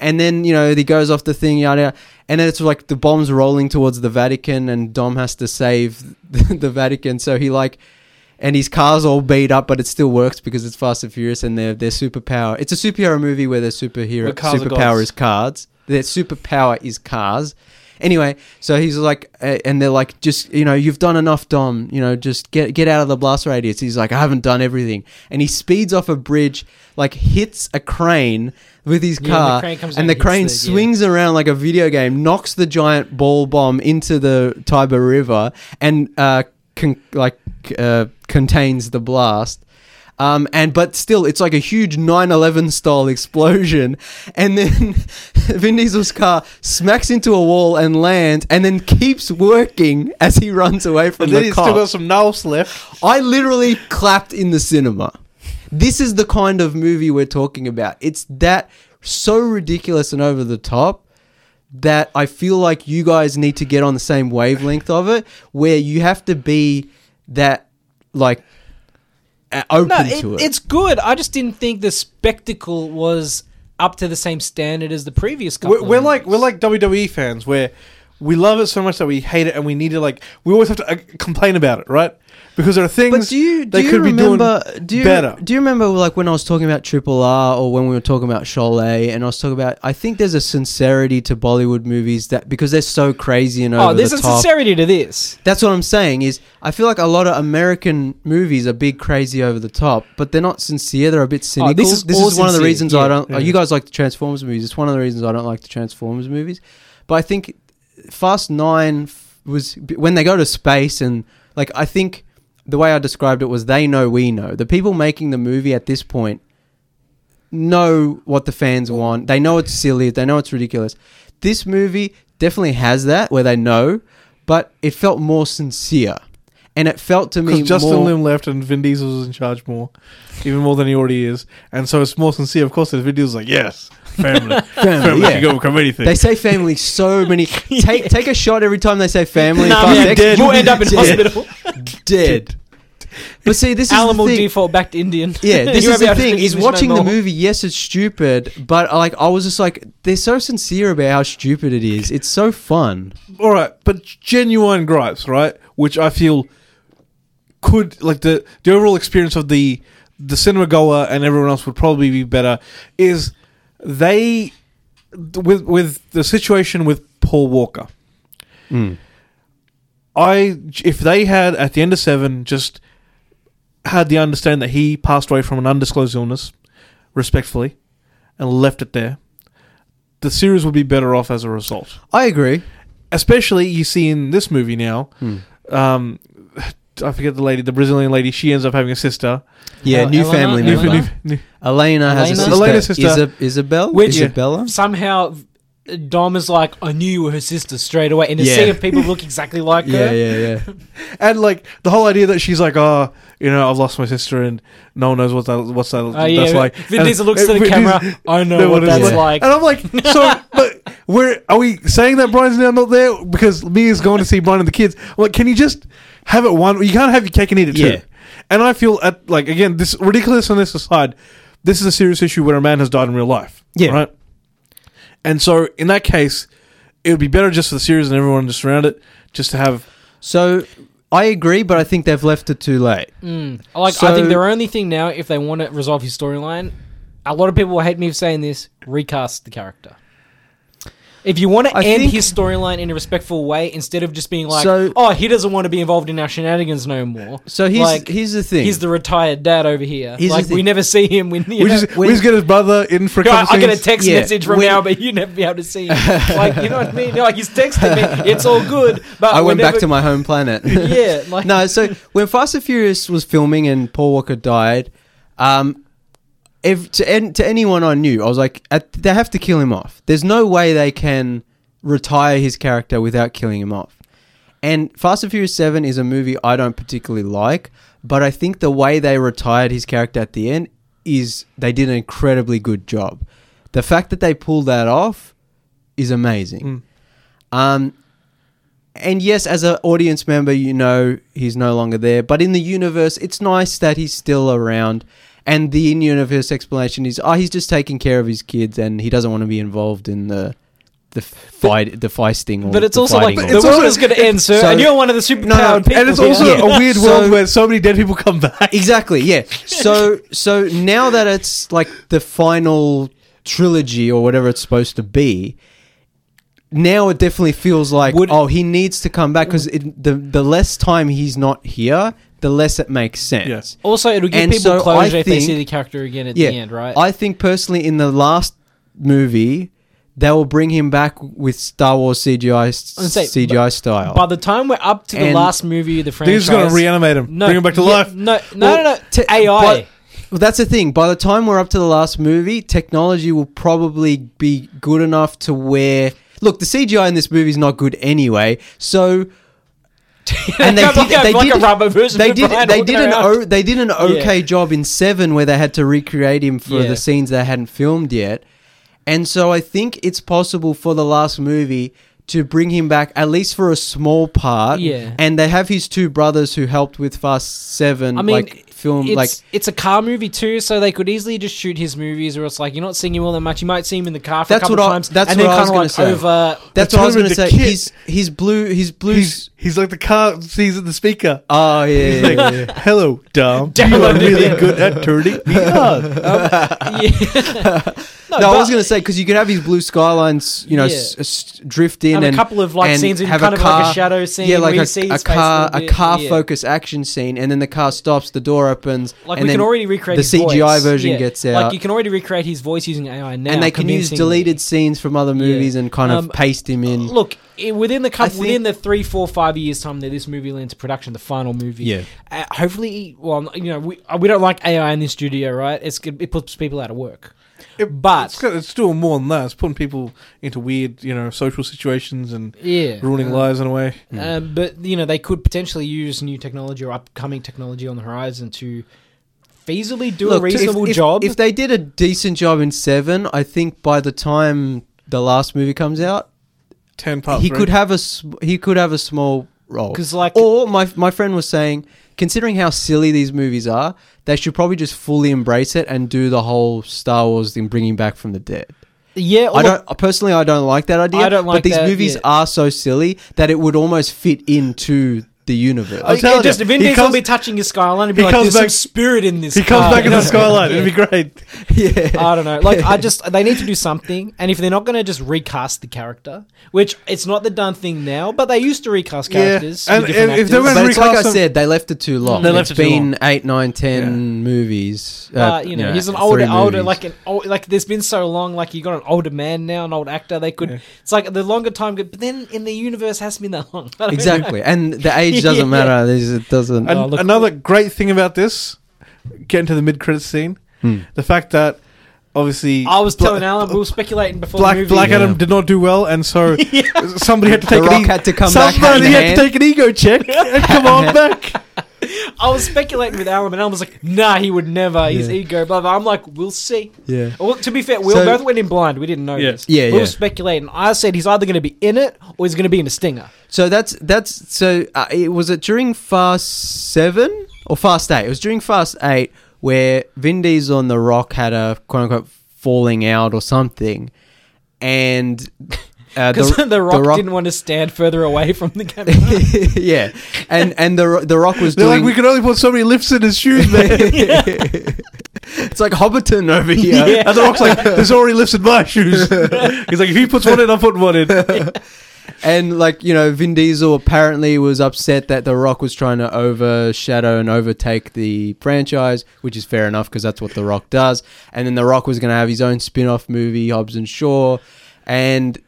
And then you know he goes off the thing, yada, yada. and then it's like the bombs rolling towards the Vatican, and Dom has to save [LAUGHS] the, the Vatican. So he like, and his car's all beat up, but it still works because it's Fast and Furious, and their their superpower. It's a superhero movie where their superhero
Where cars are
superpower
gods.
is cards. Their superpower is cars. Anyway, so he's like, uh, and they're like, just you know, you've done enough, Dom. You know, just get get out of the blast radius. He's like, I haven't done everything, and he speeds off a bridge, like hits a crane with his
Yeah, and the
car,
crane comes down
and the
and hits
crane
the- yeah.
swings around like a video game, knocks the giant ball bomb into the Tiber River, and uh, con- like uh, contains the blast. Um, and but still, it's like a huge 9/11 style explosion, [LAUGHS] and then Vin Diesel's car smacks into a wall and lands, and then keeps working as he runs away from
and then
the
he's
car.
still got some nails left.
I literally clapped in the cinema. This is the kind of movie we're talking about. It's that so ridiculous and over the top that I feel like you guys need to get on the same wavelength of it, where you have to be that like a- open
No,
to
it,
it.
it's good. I just didn't think the spectacle was up to the same standard as the previous couple.
We're,
of
we're like
movies.
we're like WWE fans where we love it so much that we hate it, and we need to like we always have to uh, complain about it, right? Because there are things
but do you do
they
you
could
remember
be doing
do you
better.
do you remember like when I was talking about Triple R or when we were talking about Cholet and I was talking about I think there's a sincerity to Bollywood movies that because they're so crazy and over
oh, there's
the
a
top.
sincerity to this.
That's what I'm saying is I feel like a lot of American movies are big crazy over the top, but they're not sincere. They're a bit cynical.
this is all
one of the
sincere,
reasons I
yeah,
don't.
yeah.
You guys like the Transformers movies. It's one of the reasons I don't like the Transformers movies. But I think Fast Nine f- was when they go to space and like I think the way I described it was they know we know the people making the movie at this point know what the fans want. They know it's silly. They know it's ridiculous. This movie definitely has that where they know, but it felt more sincere, and it felt to me
Because Justin
more.
Lin left and Vin Diesel was in charge more, even more than he already is, and so it's more sincere. Of course, the Vin Diesel's like, "Yes,
[LAUGHS] Family,
family, family
yeah.
can overcome anything."
They say family
[LAUGHS]
so many. Take take a shot every time they say family.
Nah,
Five
man,
seconds,
dead.
You'll end up in
dead. [LAUGHS]
hospital.
Dead. But see, this
Alamo
is the thing.
default back to Indian. [LAUGHS]
Yeah, this
You
is
won't be
the
able to
thing.
speak
Is
English
watching
no
the
more.
movie. Yes, it's stupid, but like I was just like, they're so sincere about how stupid it is. It's so fun.
all right, but genuine gripes, right? Which I feel could like the the overall experience of the the cinema goer and everyone else would probably be better. Is they with with the situation with Paul Walker?
Mm.
I if they had at the end of seven just had the understanding that he passed away from an undisclosed illness, respectfully, and left it there, the series would be better off as a result
I agree.
especially you see in this movie now. Um, I forget the lady, the Brazilian lady. She ends up having a sister.
Yeah,
El-
new
Elena-
family
New,
Elena?
member.
new, new,
Elena has a sister.
Elena's sister.
Isa- Isabella.
Which-
Isabella.
Somehow, Dom is like, I knew you were her sister straight away. And to
Yeah.
see if people look exactly like
Yeah,
her.
yeah, yeah.
and like the whole idea that she's like, oh, you know, I've lost my sister, and no one knows what that what's that
Oh,
that's
yeah.
like.
Vin
And-
Diesel looks to the
Vin
camera.
Diesel-
I know
no
what
one is
that's
Yeah.
like.
and
[LAUGHS]
I'm like, so, but where are we saying that Brian's now not there because Mia's going to see Brian and the kids? I'm like, can you just have it one? You can't have your cake and eat it
Yeah.
too. And I feel at like again, this ridiculousness aside, this is a serious issue where a man has died in real life.
Yeah.
Right. And so in that case, it would be better just for the series and everyone just around it, just to have
So I agree, but I think they've left it too late.
Mm. Like, I
So-
think their only thing now, if they want to resolve his storyline, a lot of people will hate me for saying this, recast the character. If you want to
I
end
think-
his storyline in a respectful way, instead of just being like,
So-
oh, he doesn't want to be involved in our shenanigans no more.
So here's
like,
here's the thing.
he's the retired dad over here.
Here's the
like, we
thing.
never see him. We, you [LAUGHS]
we
know,
just
when-
we just get his brother in for a
God,
couple
I get a
scenes.
text
Yeah,
message from
when-
now, but you never be able to see
[LAUGHS]
him. like, you know what I mean? Like, he's texting me. It's all good, but
I
we're
went
never,
back to my home planet.
[LAUGHS]
[LAUGHS]
yeah, like
no, so when Fast and Furious was filming and Paul Walker died, um, if to an- to anyone I knew, I was like, at, they have to kill him off. There's no way they can retire his character without killing him off. And Fast and Furious Seven is a movie I don't particularly like, but I think the way they retired his character at the end is they did an incredibly good job. The fact that they pulled that off is amazing.
Mm.
Um, and yes, as an audience member, you know he's no longer there. But in the universe, it's nice that he's still around. And the in-universe explanation is, oh, he's just taking care of his kids, and he doesn't want to be involved in the the fight, the feisting. Or
But it's
the
also like
fighting
the
or-
it's
world
also-
is going to end, sir,
so-
and you're one of the superpowered people.
and it's
here.
also
Yeah.
a weird
So-
world where so many dead people come
[LAUGHS]
back.
exactly yeah. So so now that it's like the final trilogy or whatever it's supposed to be. Now it definitely feels like
Would-
oh he needs to come back because the the less time he's not here, the less it makes sense.
Yeah.
Also, it'll give
And
people
so
closure
I
if they
think-
see the character again at the end, right?
I think personally, in the last movie, they will bring him back with Star Wars CGI
I'd say,
CGI style.
By the time we're up to the
And-
last movie of the franchise,
Dude's gonna reanimate him,
no,
bring him back to
yeah,
life.
No, no,
Well,
no, no.
te-
AI.
but- well, that's the thing. By the time we're up to the last movie, technology will probably be good enough to where. Look, the CGI in this movie is not good anyway, so
[LAUGHS]
and they
like
did-
a,
they
like
did-
a rubber version.
they
of
did
Brian
they
walking
did an
around.
o- they did an okay job in Seven where they had to recreate him for
Yeah.
the scenes they hadn't filmed yet, and so I think it's possible for the last movie to bring him back at least for a small part.
Yeah.
and they have his two brothers who helped with Fast Seven.
I mean,
like film
it's,
like
it's a car movie too, so they could easily just shoot his movies, or it's like you're not seeing him all that much. You might see him in the car for a
That's
couple
what I-
times,
that's
and
what
then
I
kind of like
was gonna say.
over.
that's
they
what I was
turn him
going to say.
into kid.
He's he's blue. He's blue.
He's he's like the car sees at the speaker.
oh yeah,
[LAUGHS]
yeah,
Like,
yeah, yeah.
hello, Dom.
Damn,
you
I
are
did
really
it."
good at turning
[LAUGHS]
me on.
[LAUGHS]
Yeah. no,
No, I was
but-
going to say because you could have his blue skylines, you know,
Yeah.
s- s- drift in
and,
and,
a couple of like
and
scenes in
have
kind
a
of like
car-
a shadow scene.
yeah, like
where you
a,
see
a
his face
car,
little
a,
bit.
car
Yeah.
focus action scene, and then the car stops, the door opens,
Like
and
we
then,
can already recreate
the
his
CGI
voice.
version
Yeah.
gets
Like
out.
you can already recreate his voice using AI now,
and they can use
convincingly.
deleted scenes from other movies and kind of
Um,
paste him in.
Look, i within the couple,
think-
within the three, four, five years time that this movie lands into production, the final movie.
Yeah.
Uh, hopefully, well, you know, we, uh, we don't like AI in the studio, right? It's good- it puts people out of work.
It-
But-
it's, got- it's doing more than that. It's putting people into weird, you know, social situations and
Yeah.
ruining
Uh,
lives in a way.
Uh, but you know they could potentially use new technology or upcoming technology on the horizon to feasibly do a
Look, if-
reasonable
if-
job.
If they did a decent job in Seven, I think by the time the last movie comes out,
Ten parts.
he
right?
could have a sm- he could have a small role.
'Cause, like-
or my my friend was saying, considering how silly these movies are, they should probably just fully embrace it and do the whole Star Wars thing, bringing back from the dead.
yeah,
I
or-
don't personally. I don't like that idea.
I don't like
but these
that,
movies
yeah.
are so silly that it would almost fit into the universe.
I-
I'm telling
it just
you,
Vin
he
Diesel will
comes-
be touching his skyline and be
he
like,
comes
"There's some
back-
spirit in this."
He comes
car." [LAUGHS]
back in the skyline. It'd be great.
[LAUGHS] yeah.
I don't know. Like I just they need to do something, and if they're not going to just recast the character, which it's not the done thing now, but they used to recast
Yeah,
characters.
and-
with different
and if they
actors.
were-
But it's like I
Recast them.
said, they left it too long.
They left
it's
it too
been
long.
eight, nine, ten movies. uh,
but you know,
yeah,
he's an
three
older, older,
movies.
like [LAUGHS] an old, like. There's been so long, like you got an older man now, an old actor. They could.
Yeah.
It's like the longer time, could- but then in the universe hasn't been that long. [LAUGHS] I don't
exactly, and
[LAUGHS]
the age
Yeah.
doesn't matter. There's- It doesn't.
An-
Oh, look-
another great thing about this, getting to the mid credits scene,
Hmm.
the fact that obviously
know. I was
Bla-
telling Alan we were speculating before
Black
the movie.
Black
[LAUGHS]
Adam
Yeah.
did not do well, and so somebody had to
the
take
Rock
an e-
had to come back. hand
somebody
in
had to
hand.
take an ego
[LAUGHS]
check [LAUGHS] and come on back.
I was speculating with Alan, and Alan was like, "Nah, he would never. His
Yeah.
ego, blah blah." I'm like, "We'll see."
Yeah.
Well, to be fair, we
So-
both went in blind. We didn't know
Yeah.
this.
Yeah,
we
yeah.
were speculating. I said he's either going to be in it or he's going to be in a stinger.
So that's that's so. Uh, it was it during Fast Seven or Fast Eight? It was during Fast Eight where Vin Diesel and The Rock had a quote unquote falling out or something, and
[LAUGHS]
uh,
Because [LAUGHS] the, Rock didn't want to stand further away from the camera.
[LAUGHS] yeah, and and the Ro- the Rock was
They're
doing.
like, we can only put so many lifts in his shoes, man.
[LAUGHS]
it's like Hobbiton
[LAUGHS]
over here.
Yeah.
And the Rock's like, there's already lifts in
[LAUGHS]
my shoes. He's like, if he puts one in, I'm putting one in.
And like you know, Vin Diesel apparently was upset that The Rock was trying to overshadow and overtake the franchise, which is fair enough because that's what The Rock does. And then The Rock was going to have his own spin-off movie, Hobbs and Shaw, and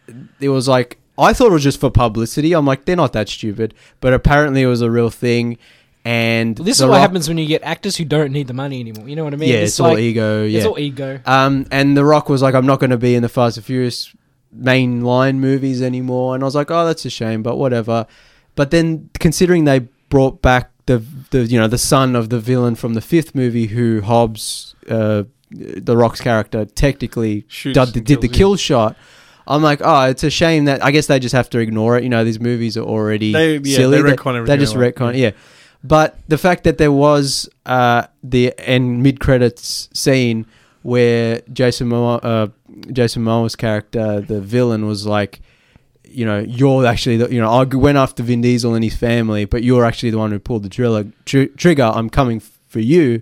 it was like I thought it was just for publicity. I'm like, they're not that stupid, but apparently it was a real thing. And
this
The
is what
Rock-
happens when you get actors who don't need the money anymore. You know what I mean?
Yeah, it's, all
like-
ego. Yeah,
It's all ego.
um, and The Rock was like, I'm not going to be in the Fast and Furious main line movies anymore. And I was like, oh, that's a shame, but whatever. But then considering they brought back the, the you know, the son of the villain from the fifth movie who Hobbs, uh, The Rock's character, technically
Shoots
did,
and
did the
kills,
kill shot. I'm like, oh, it's a shame that I guess they just have to ignore it. You know, these movies are already
They- yeah,
silly.
they retcon everything
They just
they like.
retcon, yeah. But the fact that there was uh, the end mid credits scene where Jason Momoa, uh, Jason Momoa's character, the villain, was like, you know, you're actually, the, you know, I went after Vin Diesel and his family, but you're actually the one who pulled the driller, tr- trigger. I'm coming for you,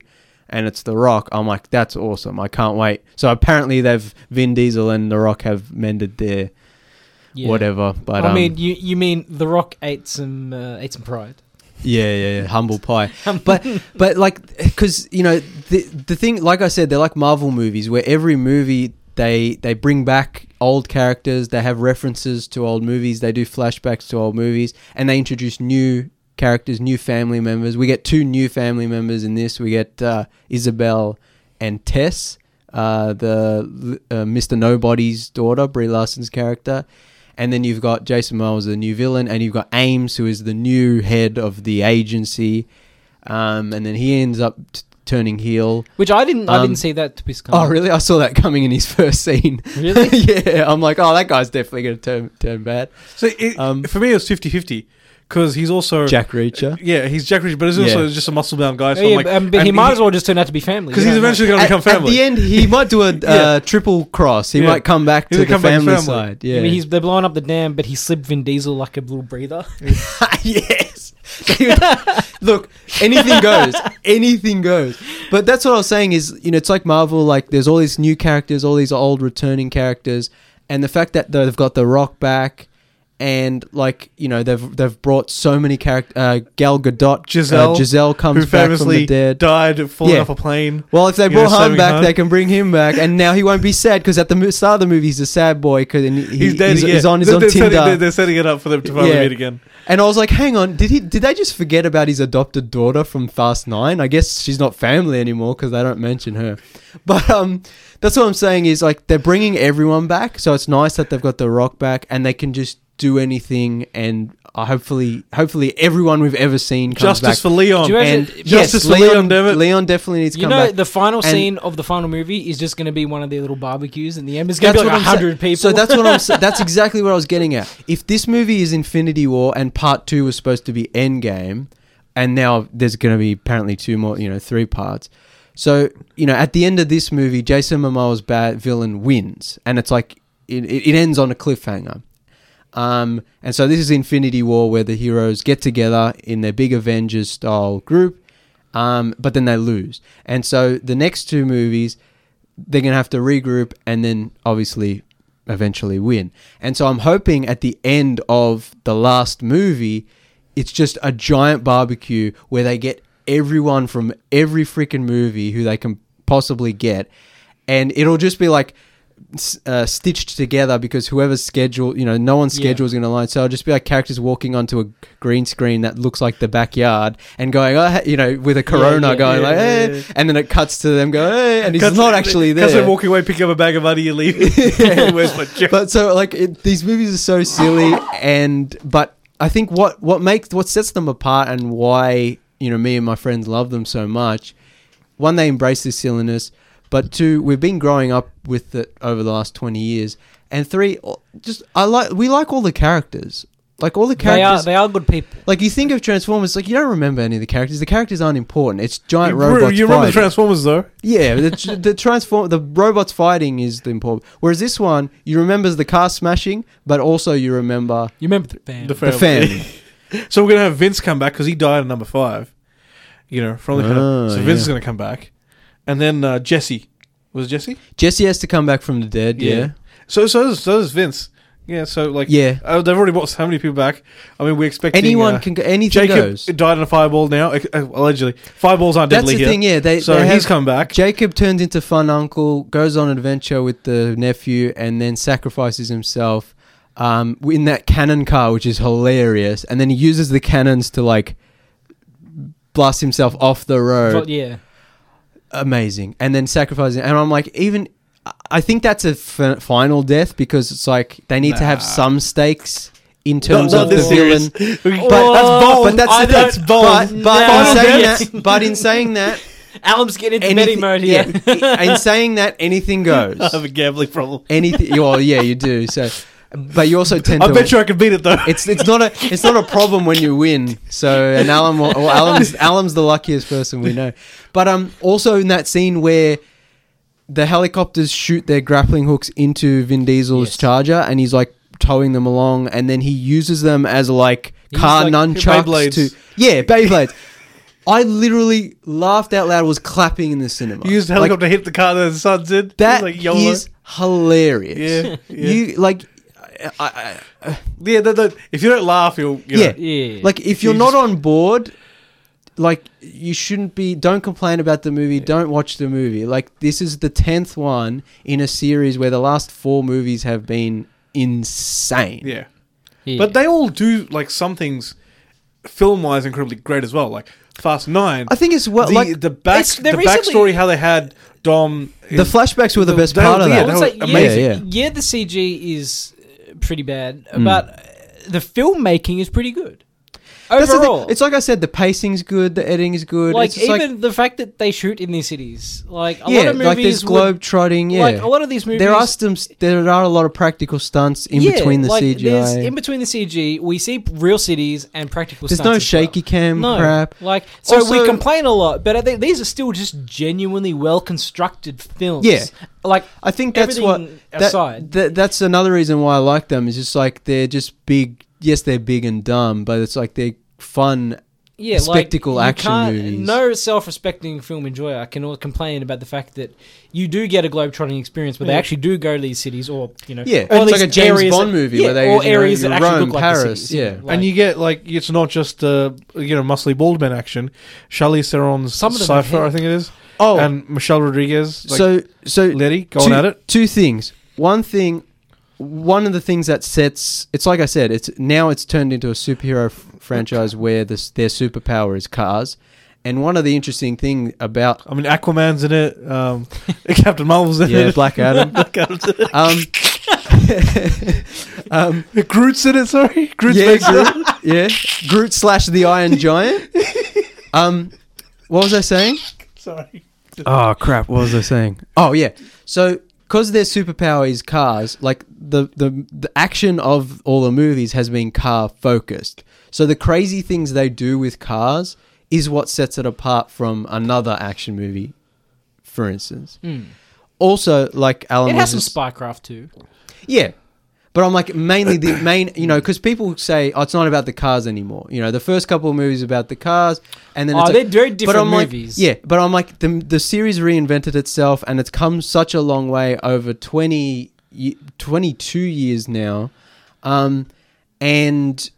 and it's The Rock. I'm like, that's awesome. I can't wait. So apparently, they've Vin Diesel and The Rock have mended their
Yeah.
whatever. But
I
um,
mean, you you mean The Rock ate some uh, ate some pride.
Yeah, yeah, yeah. Humble pie. but but like because you know the the thing like I said they're like Marvel movies where every movie they they bring back old characters they have references to old movies they do flashbacks to old movies and they introduce new characters new family members we get two new family members in this we get uh, Isabel and Tess uh, the uh, Mr Nobody's daughter Brie Larson's character and then you've got Jason Miles, the new villain, and you've got Ames, who is the new head of the agency. Um, and then he ends up t- turning heel.
Which I didn't I
Um,
didn't see that to be
Oh, really? I saw that coming in his first scene.
[LAUGHS]
[LAUGHS]
Really?
yeah, I'm like, oh, that guy's definitely going to turn turn bad.
So it,
Um,
for me, it was 50 50 because he's also.
Jack Reacher.
Yeah, he's Jack Ridge, but he's
Yeah.
also just a muscle bound guy. So
Yeah,
I'm like,
um, but he
and
might as well just turn out to be family.
Because
you
he's
know, like-
eventually going to
At,
become
at
family.
the end, he might do a uh,
[LAUGHS] Yeah.
triple cross. He
Yeah.
might come back
He's
to the
gonna come back to
family,
family.
side. Yeah,
I mean, he's they're blowing up the dam, but he slipped Vin Diesel like a little breather.
[LAUGHS] yes. [LAUGHS] Look, anything goes. Anything goes. But that's what I was saying is, you know, it's like Marvel, like there's all these new characters, all these old returning characters, and the fact that they've got The Rock back and like you know they've they've brought so many character uh, Gal Gadot,
Giselle,
uh, Giselle comes
who
back from the
famously
dead.
died falling
Yeah.
off a plane.
well, if they
you know,
brought him
Sammy
back,
Hunt.
they can bring him back, and now he won't be sad because at the mo- start of the movie he's a sad boy because he,
He's dead.
He's,
yeah.
he's on he's
they're,
on
they're
Tinder.
Setting, they're, they're setting it up for them to finally
Yeah.
meet again.
And I was like, hang on, did he? Did they just forget about his adopted daughter from Fast Nine? I guess she's not family anymore because they don't mention her. [LAUGHS] But um, that's what I'm saying is like they're bringing everyone back, so it's nice that they've got the Rock back and they can just do anything. And uh, hopefully, hopefully everyone we've ever seen comes
Justice
back.
for Leon.
Do you
and
Justice
yes,
for
Leon,
Leon, damn it.
Leon definitely needs to
You
come
know,
back.
the final
And-
scene of the final movie is just going to be one of their little barbecues in the end. It's going to be
That's
like
what I'm saying.
hundred people.
So
[LAUGHS]
that's what I'm. sa- That's exactly what I was getting at. If this movie is Infinity War and Part Two was supposed to be Endgame, and now there's going to be apparently two more, you know, three parts. So you know, at the end of this movie, Jason Momoa's bad villain wins, and it's like it, it it ends on a cliffhanger. Um, and so this is Infinity War, where the heroes get together in their big Avengers style group, um, but then they lose. And so the next two movies, they're going to have to regroup and then obviously eventually win. And so I'm hoping at the end of the last movie, it's just a giant barbecue where they get everyone from every freaking movie who they can possibly get. And it'll just be like s- uh, stitched together because whoever's schedule, you know, no one's
Yeah.
schedule is going to line. So it'll just be like characters walking onto a green screen that looks like the backyard and going, oh, he-" you know, with a corona
yeah,
going
yeah,
like,
yeah,
eh, and then it cuts to them going, hey, and he's
Cuts-
not actually
cuts
there.
them walking away, picking up a bag of money,
[LAUGHS]
and [LAUGHS] leaving. Where's my check?
But so like it, these movies are so silly, and but I think what what makes what sets them apart and why you know me and my friends love them so much. One, they embrace this silliness, but two, we've been growing up with it over the last twenty years, and three, just I like we like all the characters. Like all the
they
characters,
are they are good people.
like you think of Transformers, like you don't remember any of the characters. The characters aren't important. It's giant
You re-
robots.
you remember
fighting.
Transformers though?
Yeah, the, tr- the transform the robots fighting is the important. Whereas this one, you remember the car smashing, but also you remember
You remember the band?
the
[LAUGHS]
family.
so we're gonna have Vince come back because he died in number five. You know, from the
Ah,
so Vince
yeah.
is gonna come back, and then uh, Jesse was it Jesse.
Jesse has to come back from the dead. Yeah,
So so is, so is Vince. Yeah. So like
Yeah.
uh, they've already brought so many people back. I mean, we're expecting
anyone
uh,
can go. Anything
Jacob
goes.
died in a fireball now, uh, allegedly. Fireballs aren't
That's
deadly
the
here.
thing. Yeah, they,
so
they
he's
have,
come back.
Jacob turns into fun uncle, goes on an adventure with the nephew, and then sacrifices himself um, in that cannon car, which is hilarious. And then he uses the cannons to like blast himself off the road.
But yeah,
amazing and then sacrificing and i'm like even i think that's a f- final death because it's like they need to have
Nah.
some stakes in terms
not
of the
this
villain
serious. [LAUGHS] But that's
Oh,
bold.
but that's,
I
the thing.
don't- bold.
But, but
Final
in saying
death.
that, but in saying
[LAUGHS]
that,
Alan's getting into betting
anything,
mode here.
yeah, in saying that, anything
[LAUGHS] I have
goes.
a gambling problem.
Anything. Well, yeah, you do. So, but you also tend
I
to.
bet you I can beat it though. [LAUGHS]
it's it's not a it's not a problem when you win. So and Alan well, Alan's Alan's the luckiest person we know. But um also in that scene where the helicopters shoot their grappling hooks into Vin Diesel's
Yes.
charger and he's like towing them along and then he uses them as like
He's
car
like
nunchucks
Beyblades.
to yeah Beyblades. I literally laughed out loud was clapping in the cinema.
You used the
Like,
helicopter to hit the car that the sun's in.
that
like
is
YOLO.
hilarious.
yeah, yeah.
You like I, I,
yeah that, that, if you don't laugh, you'll you
Yeah.
Know,
Yeah, [LAUGHS]
[LAUGHS] Like if you're
You
not
just-
on board, like you shouldn't be. Don't complain about the movie. Don't watch the movie. Like this is the tenth one in a series where the last four movies have been insane.
yeah.
Yeah.
But they all do like some things, film wise, incredibly great as well. Like Fast Nine.
I think it's well
the,
like
the back
It's-
the
they're recently-
backstory how they had Dom.
the flashbacks were the best
they-
part of
yeah,
that.
they
I would
were
say, yeah,
amazing.
Yeah, Mm. yeah.
yeah, the CG is uh, pretty bad, but uh, the filmmaking is pretty good.
That's the thing.
Overall,
It's like I said, the pacing's good, the editing's good.
like
it's just
even the fact that they shoot in these cities, like a
yeah,
lot of movies,
like there's
would-
globe trotting. Yeah,
like a lot of these movies,
there are some. There are a lot of practical stunts in
Yeah,
between the
like, there's-
CGI.
In between the CG, we see real cities and practical.
there's
stunts
no
as well.
shaky cam
No,
crap.
like so we
Also-
complain a lot, but I think these are still just genuinely well constructed films.
Yeah.
like
I think that's what
Everything
that,
aside.
that- that's another reason why I like them is just like they're just big. Yes, they're big and dumb, but it's like they're fun
yeah,
spectacle
like, you
action
can't-
movies.
No self-respecting film enjoyer can all complain about the fact that you do get a globetrotting experience, but they
Yeah.
actually do go to these cities, or you know,
Yeah,
or at
it's like
least
a James
areas
Bond
that-
movie
yeah,
where they,
or
you know,
areas
you
that actually
roam
look like the
Paris,
cities, you know,
yeah.
like-
and you get like it's not just uh, you know muscly bald man action. Charlize Theron's
Some of them have
Cipher,
hair.
I think it is,
Oh,
and Michelle Rodriguez. Like,
so so
Letty going
two,
at it.
Two things. One thing, one of the things that sets it's like I said, it's now it's turned into a superhero f- franchise where this their superpower is cars, and one of the interesting thing
[LAUGHS]
about
I mean, Aquaman's in it. Um, [LAUGHS] Captain Marvel's in
yeah
it.
Black Adam, um, um,
Groot's in it. Sorry, Groot's
yeah,
big.
Groot, yeah, Groot slash the Iron Giant. Um, what was I saying?
Sorry.
Oh crap! What was I saying? Oh yeah. So because their superpower is cars, like the, the the action of all the movies has been car focused. So the crazy things they do with cars is what sets it apart from another action movie, for instance.
Mm.
Also, like Alan
It has
was
some
just-
spycraft too.
yeah. But I'm like
[COUGHS]
mainly the main, you know, because people say oh, it's not about the cars anymore. You know, the first couple of movies about the cars, and then
Oh,
it's like,
they're very different
but I'm
movies.
Like, yeah, but I'm like the the series reinvented itself, and it's come such a long way over 20, ye- 22 years now, um, and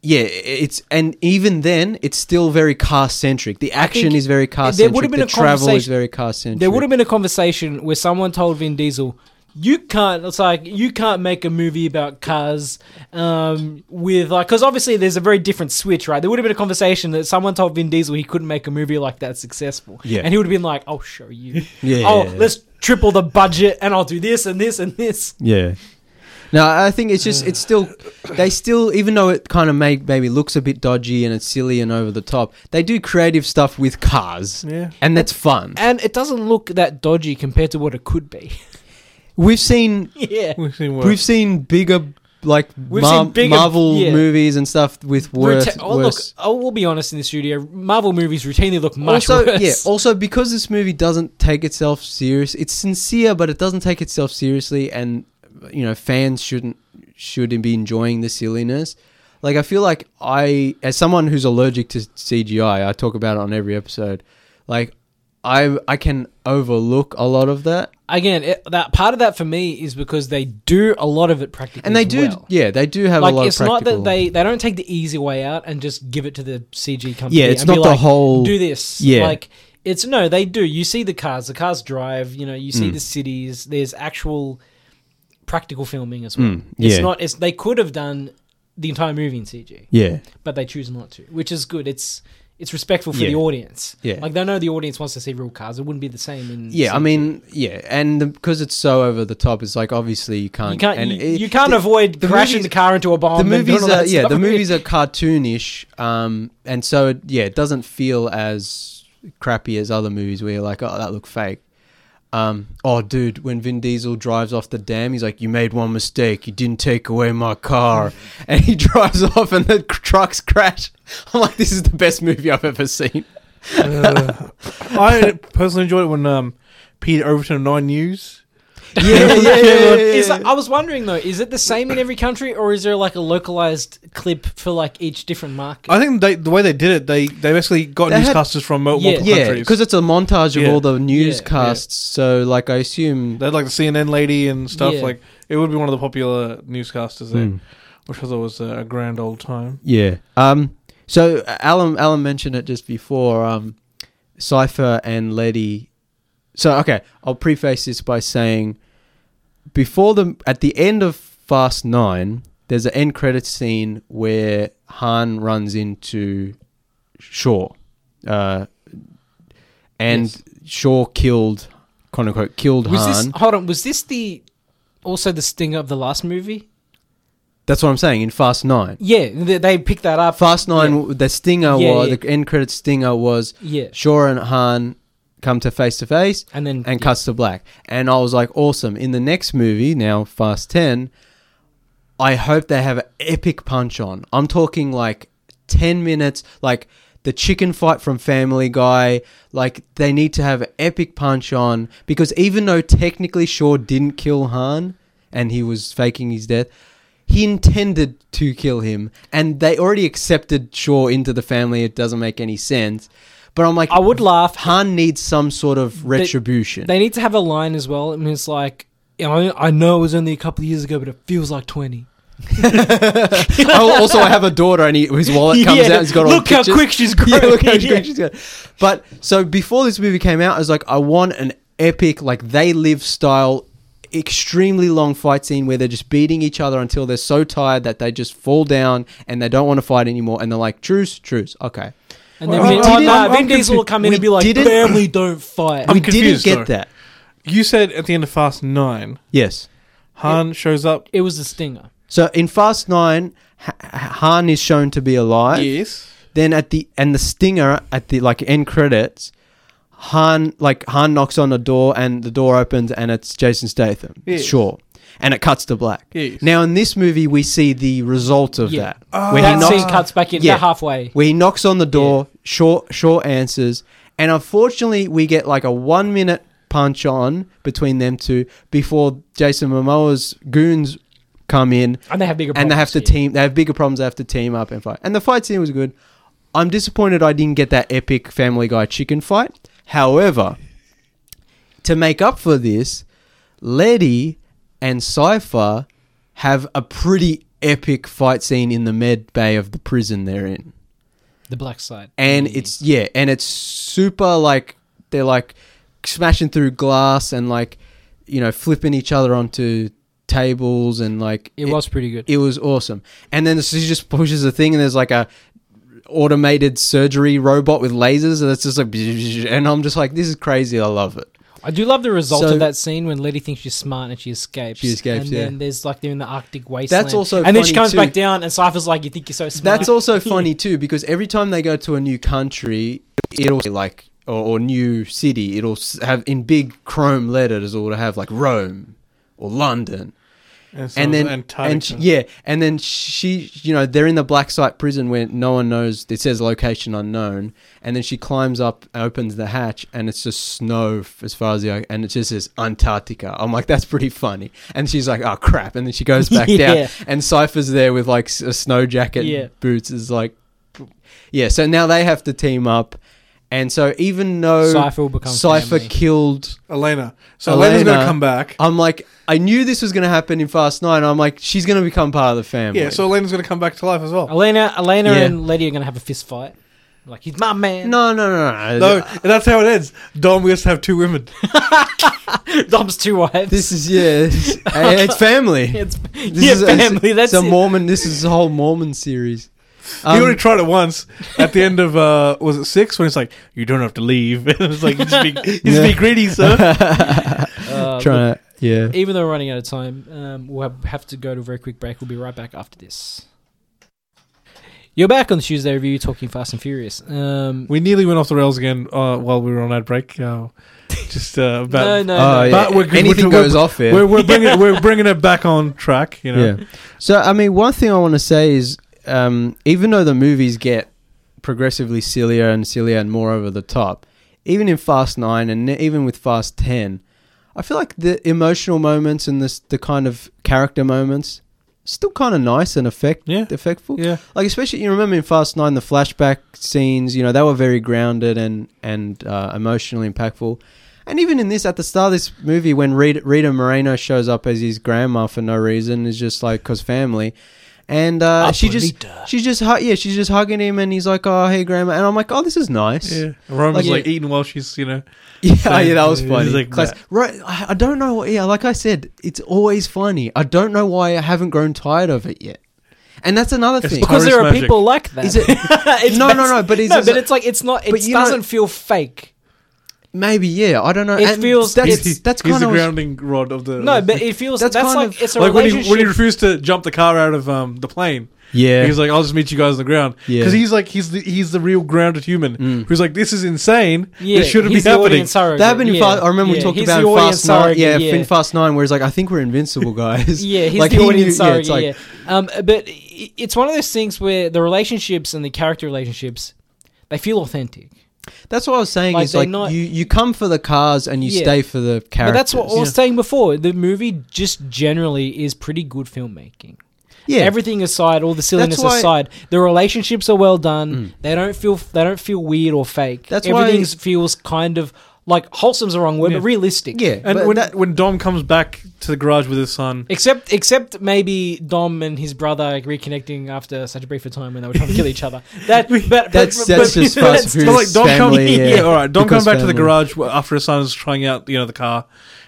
yeah, it's and even then, it's still very car centric. The action
think
is very car
there would've
centric.
been
The
a
travel is
conversation-
very car centric.
There would have been a conversation where someone told Vin Diesel, "You can't." It's like you can't make a movie about cars um, with like because obviously there's a very different switch, right? There would have been a conversation that someone told Vin Diesel he couldn't make a movie like that successful,
Yeah.
and he would have been like, "I'll show you.
[LAUGHS] Yeah.
oh, let's triple the budget, and I'll do this and this and this."
Yeah. No, I think it's just it's still they still even though it kind of make maybe looks a bit dodgy and it's silly and over the top, they do creative stuff with cars.
Yeah.
And that's fun.
And it doesn't look that dodgy compared to what it could be. [LAUGHS]
We've seen
yeah.
We've seen worse.
we've seen bigger like
We've
Mar-
seen bigger-
Marvel
yeah.
movies and stuff with worse.
Rota- oh, look,
worse.
I will be honest in the studio. Marvel movies routinely look much
also,
worse. [LAUGHS]
yeah. Also, because this movie doesn't take itself serious, it's sincere, but it doesn't take itself seriously, and you know, fans shouldn't shouldn't be enjoying the silliness. Like, I feel like I, as someone who's allergic to CGI, I talk about it on every episode. Like, I I can overlook a lot of that,
again, it, that part of that for me is because they do a lot of it practically,
and they
as
do,
well.
yeah, they do have a lot.
Like
of
it's not that
practical-
they they don't take the easy way out and just give it to the CG company.
Yeah, it's
and be
not the
like,
whole-
Do this,
Yeah.
Like it's no, they do. You see the cars, the cars drive. You know, you
Hmm.
see the cities. There's actual practical filming as well.
Mm,
It's
yeah.
not. It's they could have done the entire movie in CG,
yeah,
but they choose not to, which is good. It's it's respectful for
Yeah.
the audience.
Yeah.
like they know the audience wants to see real cars. It wouldn't be the same in.
yeah. I
CG.
mean, yeah, and because it's so over the top, it's like obviously you can't.
You can't.
and
you,
it-
you can't
the-
avoid
the
crashing
movies-
the car into a bomb.
the movies
and doing all
are
that
yeah the
stuff. [LAUGHS]
movies are cartoonish um and so it, yeah it doesn't feel as crappy as other movies where you're like oh that looked fake um oh dude when Vin Diesel drives off the dam he's like you made one mistake you didn't take away my car [LAUGHS] and he drives off and the trucks crash I'm like this is the best movie I've ever seen
Uh, [LAUGHS] I personally enjoyed it when um, Peter Overton of Nine News.
yeah yeah yeah, yeah,
Is,
yeah.
I was wondering though, is it the same in every country, or is there like a localized clip for like each different market?
I think they, the way they did it, they, they basically got
They had-
newscasters from mo-
Yeah.
multiple
yeah
countries.
because it's a montage of
Yeah.
all the
yeah.
newscasts so like I assume
they had like the CNN lady and stuff.
Yeah.
Like it would be one of the popular newscasters there,
Mm.
which was always uh, a grand old time.
Yeah. Um. So uh, Alan Alan mentioned it just before. Um, Cipher and Letty. So okay, I'll preface this by saying, before the at the end of Fast Nine, there's an end credit scene where Han runs into Shaw, uh, and
Yes.
Shaw killed, quote unquote, killed
was
Han.
this hold on? Was this the also the stinger of the last movie?
That's what I'm saying in Fast Nine.
Yeah, they, they picked that up.
Fast Nine, the stinger
Yeah,
was
yeah.
the end credit stinger was
Yeah,
Shaw and Han come to face to face
and then
and
yeah.
cuts to black. And I was like, awesome. In the next movie, now Fast 10, I hope they have an epic punch on. I'm talking like 10 minutes, like the chicken fight from Family Guy. Like they need to have an epic punch on because even though technically Shaw didn't kill Han and he was faking his death, he intended to kill him, and they already accepted Shaw into the family. It doesn't make any sense. But I'm like,
I would laugh.
Han needs some sort of retribution.
They need to have a line as well. I mean, it's like, you know, I know it was only a couple of years ago, but it feels like 20.
oh, also, I have a daughter, and he, his wallet comes
[LAUGHS] Yeah,
out. He's got all
look
the
how
pictures.
quick she's grown.
[LAUGHS] Yeah, look
[LAUGHS]
how
Yeah.
quick she's got. But so before this movie came out, I was like, I want an epic, like they live style, extremely long fight scene where they're just beating each other until they're so tired that they just fall down and they don't want to fight anymore, and they're like, truce, truce, okay.
And then
Well,
Vin,
we
oh,
didn't-
nah,
I'm
Vin Diesel
confused.
will come in
We
and be like,
didn't-
family don't fight.
I'm
we
confused,
didn't
though.
get that.
You said at the end of Fast Nine,
Yes.
Han shows up.
it was a stinger.
So in Fast Nine, H- Han is shown to be alive.
Yes.
then at the and the stinger at the like end credits han like han knocks on the door and the door opens and it's jason statham
Yes.
sure and it cuts to black
Yes.
now in this movie we see the result of
Yeah. Oh,
that where he
that
knocks
scene cuts back in
Yeah.
about halfway.
where he knocks on the door shaw shaw answers and unfortunately we get like a one minute punch on between them two before jason momoa's goons come in
And they have bigger
and they have to
problems, yeah.
team. They have bigger problems. They have to team up and fight. And the fight scene was good. I'm disappointed I didn't get that epic Family Guy chicken fight. However, to make up for this, Letty and Cipher have a pretty epic fight scene in the med bay of the prison they're in
The black side. Mm.
and
Yeah.
it's yeah, and it's super like they're like smashing through glass and like you know flipping each other onto tables and like
It was pretty good.
it was awesome. And then she just pushes the thing and there's like a automated surgery robot with lasers and it's just like and I'm just like this is crazy. I love it.
I do love the result
So-
of that scene when Letty thinks she's smart and she escapes.
She escapes,
And
yeah.
then there's like they're in the Arctic wasteland.
also
and then she
funny
comes
too.
back down and Cypher's like, "You think you're so smart?" [LAUGHS]
That's also funny too because every time they go to a new country, it'll be like or, or new city, it'll s- have in big chrome letters or to have like Rome or London.
And, so
and then and
Antarctica.
she- yeah, and then she, you know, they're in the black site prison where no one knows. It says location unknown, and then she climbs up, opens the hatch, and it's just snow f- as far as the eye, and it just says Antarctica. I'm like, that's pretty funny. And she's like, oh crap, and then she goes
[LAUGHS]
back
Yeah.
down, and Cypher's there with like s- a snow jacket,
Yeah.
and boots. Is like, yeah. So now they have to team up, and so even though
Cypher will become
Cypher
family.
killed
Elena. So Elena's
Elena-
gonna come back.
I'm like, I knew this was going to happen in Fast Nine. I'm like, she's going to become part of the family.
Yeah. So Elena's gonna come back to life as well.
Elena, Elena,
Yeah.
and Letty are gonna have a fist fight. Like he's my man.
no, no, no, no.
No, and that's how it ends. Dom gets to have two women.
[LAUGHS] Dom's two wives.
this is yeah,
[LAUGHS]
it's, it's family.
it's,
This
[LAUGHS] yeah,
is
family.
It's,
That's
it's a
it.
Mormon. This is a whole Mormon series.
he
Um,
already tried it once at the end of uh was it six when it's like you don't have to leave. [LAUGHS] And it's like he's being, he's
Yeah.
being
[LAUGHS]
greedy, sir.
Uh, look,
trying to, yeah.
[LAUGHS] even though we're running out of time, um, we'll have- have to go to a very quick break. We'll be right back after this. You're back on the Tuesday review talking Fast and Furious. Um,
We nearly went off the rails again uh, while we were on ad break. Uh, just uh, about
no, no,
Oh,
no.
yeah.
But we're good.
Anything
We're-
goes off here.
we're, we're bringing we're bringing it back on track. You know,
Yeah. So I mean, one thing I want to say is, um, even though the movies get progressively sillier and sillier and more over the top, even in Fast Nine and ne- even with Fast Ten, I feel like the emotional moments and this the kind of character moments still kind of nice and effect
Yeah.
effectful.
yeah.
Like especially you remember in Fast Nine the flashback scenes, you know, they were very grounded and and uh, emotionally impactful. And even in this, at the start of this movie, when Rita, Rita Moreno shows up as his grandma for no reason, is just like cause family, and uh, she just
Abuelita.
she's just hu- yeah she's just hugging him, and he's like, oh hey grandma, and I'm like, oh this is nice,
Yeah. Roman's
Like,
like
yeah.
eating while she's you know.
[LAUGHS] yeah,
So,
yeah, that was
it
funny.
was like
Class-
that.
Right, I, I don't know. Yeah, like I said, it's always funny. I don't know why I haven't grown tired of it yet, and that's another
It's
thing.
because
Taurus
there are
magic.
people like that. [LAUGHS]
Is it-
It's
No, no,
basi-
no, but it's-
no,
it's-
but it's like it's not. It
But you know-
doesn't feel fake.
Maybe yeah. I don't know.
It
And
feels-
that's
it's-
that's
he's
kind
the
of
grounding rod of the
No, but it feels
That's
that's,
kind
like
of-
it's a
like when
relationship.
he when he refused to jump the car out of um the plane.
yeah.
He's like, I'll just meet you guys on the ground.
Yeah.
Because he's like, he's the, he's the real grounded human
Mm.
who's like, this is insane.
yeah,
this shouldn't be
he's the
happening.
audience surrogate,
that happened in
yeah.
Fast. I remember we
Yeah,
talked
he's
about
the
in
audience
Fast Nine.
surrogate,
Yeah,
yeah.
in Fast Nine, where he's like, I think we're invincible, guys.
Yeah, he's
Like,
the
he
audience
knew- yeah,
sorry,
it's
yeah,
like-
yeah. Um, but i- it's one of those things where the relationships and the character relationships, they feel authentic.
That's what I was saying.
Like,
is
they're
like
not-
you, you come for the cars and you
Yeah.
stay for the
But
characters.
that's what I was
Yeah.
saying before. The movie just generally is pretty good filmmaking.
Yeah.
Everything aside, all the silliness
why- Mm.
aside, the relationships are well done. They don't feel they don't feel weird or fake.
That's why-
everything feels kind of like wholesome's the wrong word,
Yeah.
but realistic.
Yeah,
And
but
when
that-
when Dom comes back to the garage with his son,
Except, except maybe Dom and his brother reconnecting after such a brief a time when they were trying to kill each
[LAUGHS]
other. That, but, but-
That's-
but-
that's
but-
[LAUGHS]
just
but-
fast food.
But, like Dom
family,
[LAUGHS] come,
yeah.
yeah. all right. Dom
Because
comes back to the
family.
garage w- after his son is trying out, you know, the car,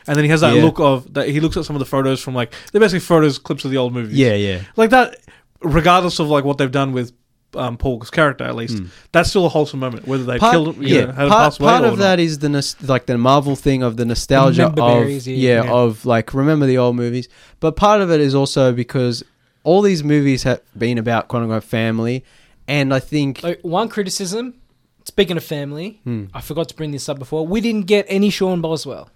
and then he has that
Yeah.
look of that he looks at some of the photos from like they're basically photos, clips of the old movies.
yeah, yeah.
like that. Regardless of like what they've done with um, Paul's character, at least that's still a wholesome moment. Whether they killed him, yeah, had him
Mm. part,
pass away
part
or
of
not.
that is the nos- like the Marvel thing of the nostalgia
Remember
of
berries, yeah.
yeah,
Yeah.
of like remember the old movies, but part of it is also because all these movies have been about quote unquote family, and I think
like, one criticism. Speaking of family,
Hmm.
I forgot to bring this up before. We didn't get any Sean Boswell.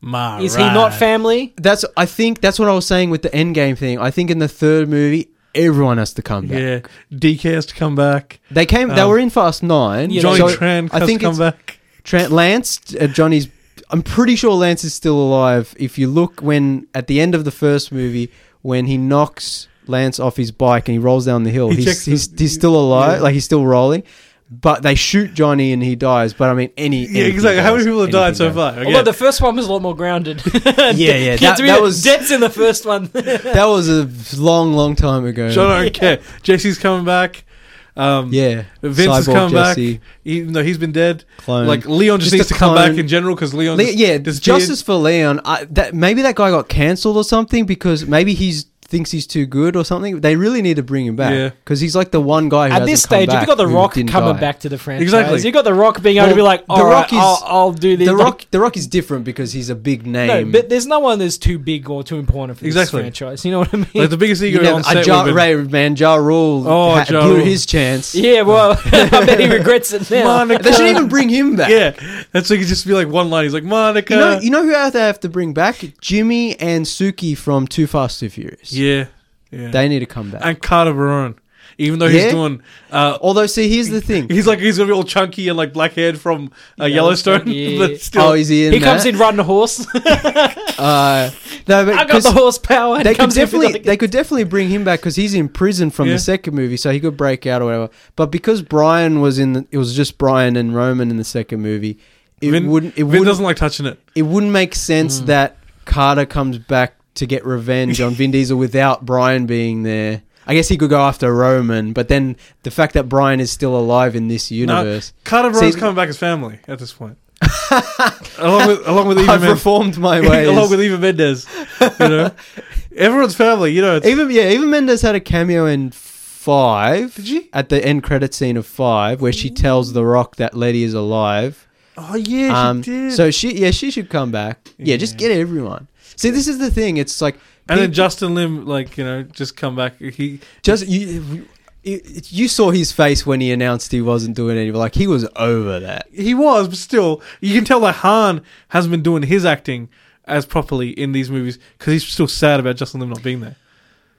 Ma
Is he not
right.
family?
that's I think that's what I was saying with the Endgame thing. I think in the third movie, everyone has to come back.
Yeah, DK has to come back.
They came. they
Um,
were in Fast Nine.
Yeah,
Johnny
so
Tran
I
has
think
to come
it's-
back.
Trent Lance, uh, Johnny's. I'm pretty sure Lance is still alive. If you look when at the end of the first movie, when he knocks Lance off his bike and he rolls down the hill,
He
he's,
checks
he's,
his-
he's still alive,
yeah.
like he's still rolling. But they shoot Johnny and he dies. But I mean, any
Yeah,
anything
exactly. How
goes.
many people have died
Anything
so
goes.
far?
Although the first one was a lot more grounded. [LAUGHS] yeah,
[LAUGHS] yeah, that- that was-
debts in the first
[LAUGHS]
one.
That was a long, long time ago.
John, I don't care. Jesse's coming back. Um,
Yeah,
Vince has
Cyborg
come
Jesse,
back, even though he's been dead.
Clone.
Like Leon just,
Just
needs
a
to come back
clone.
in general because Leon,
Le-
just
yeah,
disappeared.
justice for Leon. I, that maybe that guy got cancelled or something because maybe he's thinks he's too good or something. They really need to bring him
Yeah.
back because he's like the one guy. Who
At this
hasn't come
stage, if
back
you got The
who
Rock coming
didn't die.
back to the franchise,
Exactly.
you got The Rock being able to
Well,
be like,
The
"All
Rock
right,
is-
I'll, I'll do this."
The
Like,
Rock, the Rock is different because he's a big
no,
name.
but there's no one that's too big or too important for this
Exactly.
franchise. You know what I mean?
like the biggest
you
ego
know,
on
a
set.
ja,
would've been,
Ray, man, Ja Rule
Oh,
ha-
Ja
blew
Rule.
his chance.
yeah, well, [LAUGHS] I bet he regrets it now.
Monica.
They should even bring him back.
yeah, that's like it'd just be like one line. He's like Monica.
You know, you know who else they have to bring back? Jimmy and Suki from Too Fast Too Furious.
yeah, yeah,
They need to come back.
and Carter Barone, even though
Yeah?
he's doing. Uh,
Although, see, here's the thing.
[LAUGHS] He's like he's gonna be all chunky and like black haired from uh,
Yellowstone,
Yellowstone,
yeah.
[LAUGHS] but still,
Oh, is he in
he comes
that?
in riding a horse.
Uh, no,
[LAUGHS]
but
I got
'cause-
the horsepower. And
they
he
could
comes in with
definitely
like-
they could definitely bring him back because he's in prison from
Yeah.
the second movie, so he could break out or whatever. But because Brian was in, the, it was just Brian and Roman in the second movie. It
Vin-
wouldn't it
Vin Mm.
wouldn't
doesn't like touching it.
it wouldn't make sense that Carter comes back to get revenge on Vin Diesel without Brian being there. I guess he could go after Roman, but then the fact that Brian is still alive in this universe,
Carter Barone's
See-
coming back as family at this
[LAUGHS]
point, along with along with Eva
I've
Men-
reformed my
[LAUGHS] along
ways.
with Eva Mendes. You
[LAUGHS]
know, everyone's family. You know, it's,
Even yeah, even Mendes had a cameo in five. Did
she?
At the end credit scene of five, where she tells The Rock that Letty is alive.
oh yeah, she
um,
did.
so she yeah she should come back. Yeah, just
Yeah.
get everyone. See, this is the thing. It's like
and then
peop-
Justin Lim, like you know, just come back. He
just you. You you saw his face when he announced he wasn't doing any. Like he was over that.
he was, but still, you can tell that Han hasn't been doing his acting as properly in these movies because he's still sad about Justin Lim not being there.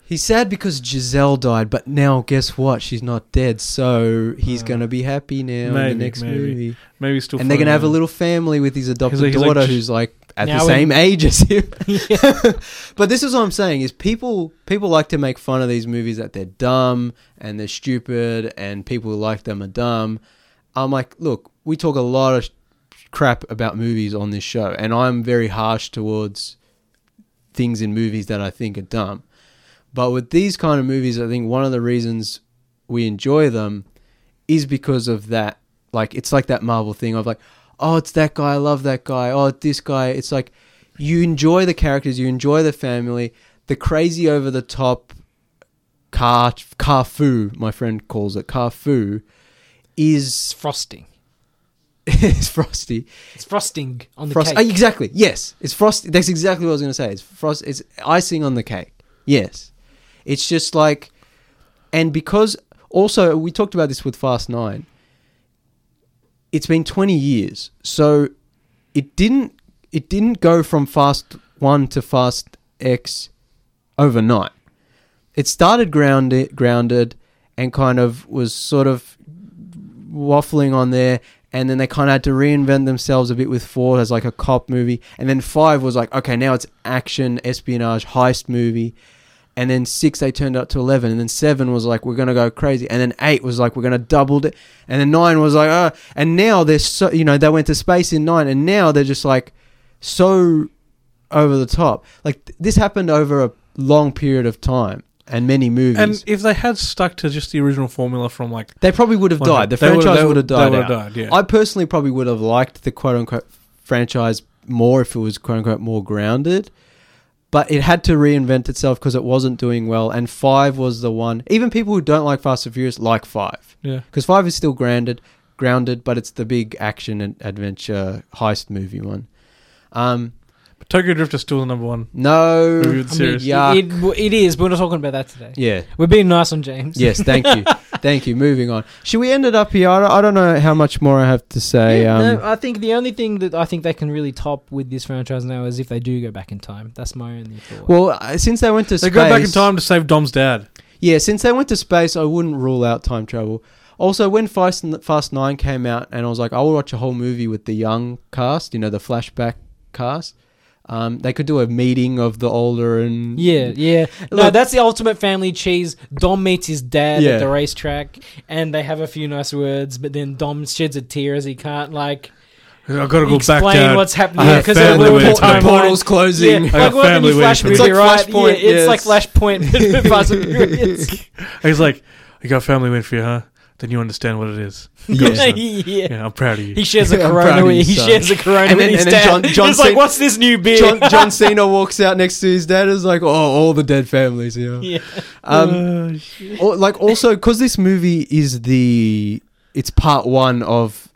He's sad because Giselle died, but now guess what? She's not dead, so he's
Uh,
gonna be happy now in
maybe,
the next
maybe.
movie.
Maybe he's still,
and they're gonna
floating
have a
around.
little family with his adopted
like- he's like,
daughter,
"Just-
who's like at the
Now
same age as him.
[LAUGHS] Yeah.
but this is what I'm saying: is people people like to make fun of these movies that they're dumb and they're stupid, and people who like them are dumb. I'm like, look, we talk a lot of sh- crap about movies on this show, and I'm very harsh towards things in movies that I think are dumb. But with these kind of movies, I think one of the reasons we enjoy them is because of that. Like, it's like that Marvel thing of like, oh, it's that guy, I love that guy, oh, it's this guy. It's like you enjoy the characters, you enjoy the family, the crazy over the top car, car foo, my friend calls it car foo,
it's
is, [LAUGHS]
frosting.
is frosty.
It's frosting on the
Frost-
cake.
uh, exactly. Yes, it's frost. That's exactly what I was going to say. It's frost. It's icing on the cake. Yes, it's just like, and because also we talked about this with Fast Nine. It's been twenty years, so it didn't it didn't go from Fast One to Fast X overnight. It started grounded grounded and kind of was sort of waffling on there and then they kind of had to reinvent themselves a bit with four as like a cop movie and then five was like okay now it's action espionage heist movie and then six they turned up to eleven, and then seven was like we're gonna go crazy, and then eight was like we're gonna double it, and then nine was like uh, and now they're so you know they went to space in nine, and now they're just like so over the top. Like th- this happened over a long period of time and many movies.
And if they had stuck to just the original formula from like
they probably would have died. The
They would've-
franchise
they
would have
they
died.
would've
out.
died, yeah.
I personally probably would have liked the quote unquote franchise more if it was quote unquote more grounded. But it had to reinvent itself because it wasn't doing well. And five was the one. Even people who don't like Fast and Furious like five
yeah.
because five is still grounded, grounded, but it's the big action and adventure heist movie one. Um,
But Tokyo Drift is still the number one
no,
I
movie with
mean,
series.
Yuck.
it, it is. But we're not talking about that today.
yeah,
We're being nice on James.
yes, thank
[LAUGHS]
you, thank you. Moving on. Should we end it up here? I don't, I don't know how much more I have to say.
Yeah,
um,
no, uh, I think the only thing that I think they can really top with this franchise now is if they do go back in time. That's my only thought.
Well, uh, since they went to
They
space,
go back in time to save Dom's dad.
Yeah, since they went to space, I wouldn't rule out time travel. Also, when Fast Fast Nine came out, and I was like, I will watch a whole movie with the young cast, you know, the flashback cast. Um, they could do a meeting of the older and
yeah, yeah. no,
Look-
that's the ultimate family cheese. Dom meets his dad
Yeah.
at the racetrack, and they have a few nice words, but then Dom sheds a tear as he can't like
I gotta go
explain
back down.
what's happening
I have
because
family
we're
the,
with
in
por- the
waiting for me.
timeline.
portal's
Yeah,
closing.
like
got
what family
family waiting
flash
for me.
movie,
It's like
right?
Flashpoint,
yeah, it's like
yes. [LAUGHS]
flashpoint. Fast and Furious.
He's like, "You got family waiting for you, huh? Then you understand what it is."
[LAUGHS] Yeah.
[LAUGHS] yeah.
Yeah, I'm proud of
[LAUGHS]
you.
He shares a
I'm proud
corona.
of
With,
you,
he
son.
shares a corona
And
with
then-
his
and then
dad. [LAUGHS]
John- John
it's like,
Cena-
what's this new beer?
John, John Cena walks out next to his dad. Is like, oh, all the dead families here.
[LAUGHS] yeah.
Um,
Uh,
Or, like also because this movie is the it's part one of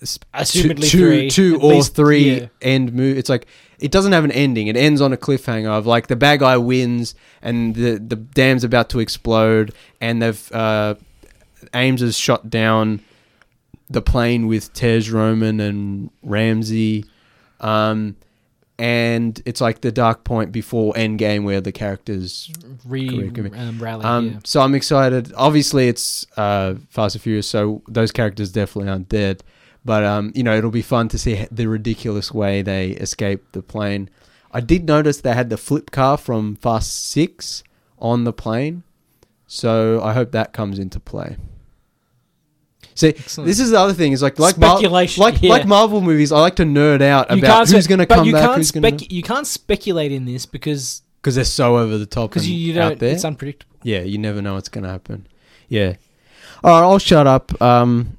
s- two,
Assumedly
two,
three,
two
at
or
least,
three
yeah.
end movie. It's like it doesn't have an ending. It ends on a cliffhanger of like the bad guy wins and the the dam's about to explode and they've uh, Ames has shot down the plane with Tej Roman and Ramsey. Um, and it's like the dark point before Endgame, where the characters
Re,
Correct, correct.
um, rally.
um,
yeah.
So I'm excited. Obviously, it's uh, Fast and Furious, so those characters definitely aren't dead. But um, you know, it'll be fun to see h- the ridiculous way they escape the plane. I did notice they had the flip car from Fast Six on the plane, so I hope that comes into play. See,
Excellent.
this is the other thing is like like Mar-
Hmm. Speculation,
like
yeah.
like Marvel movies. I like to nerd out about who's
spe-
going to
but
come
you
back,
Can't
who's
spec-
going to
You can't speculate in this because
because they're so over the top.
because
and
you, you
out
don't.
there.
It's unpredictable.
Yeah, you never know what's going to happen. Yeah. All right, I'll shut up. Um,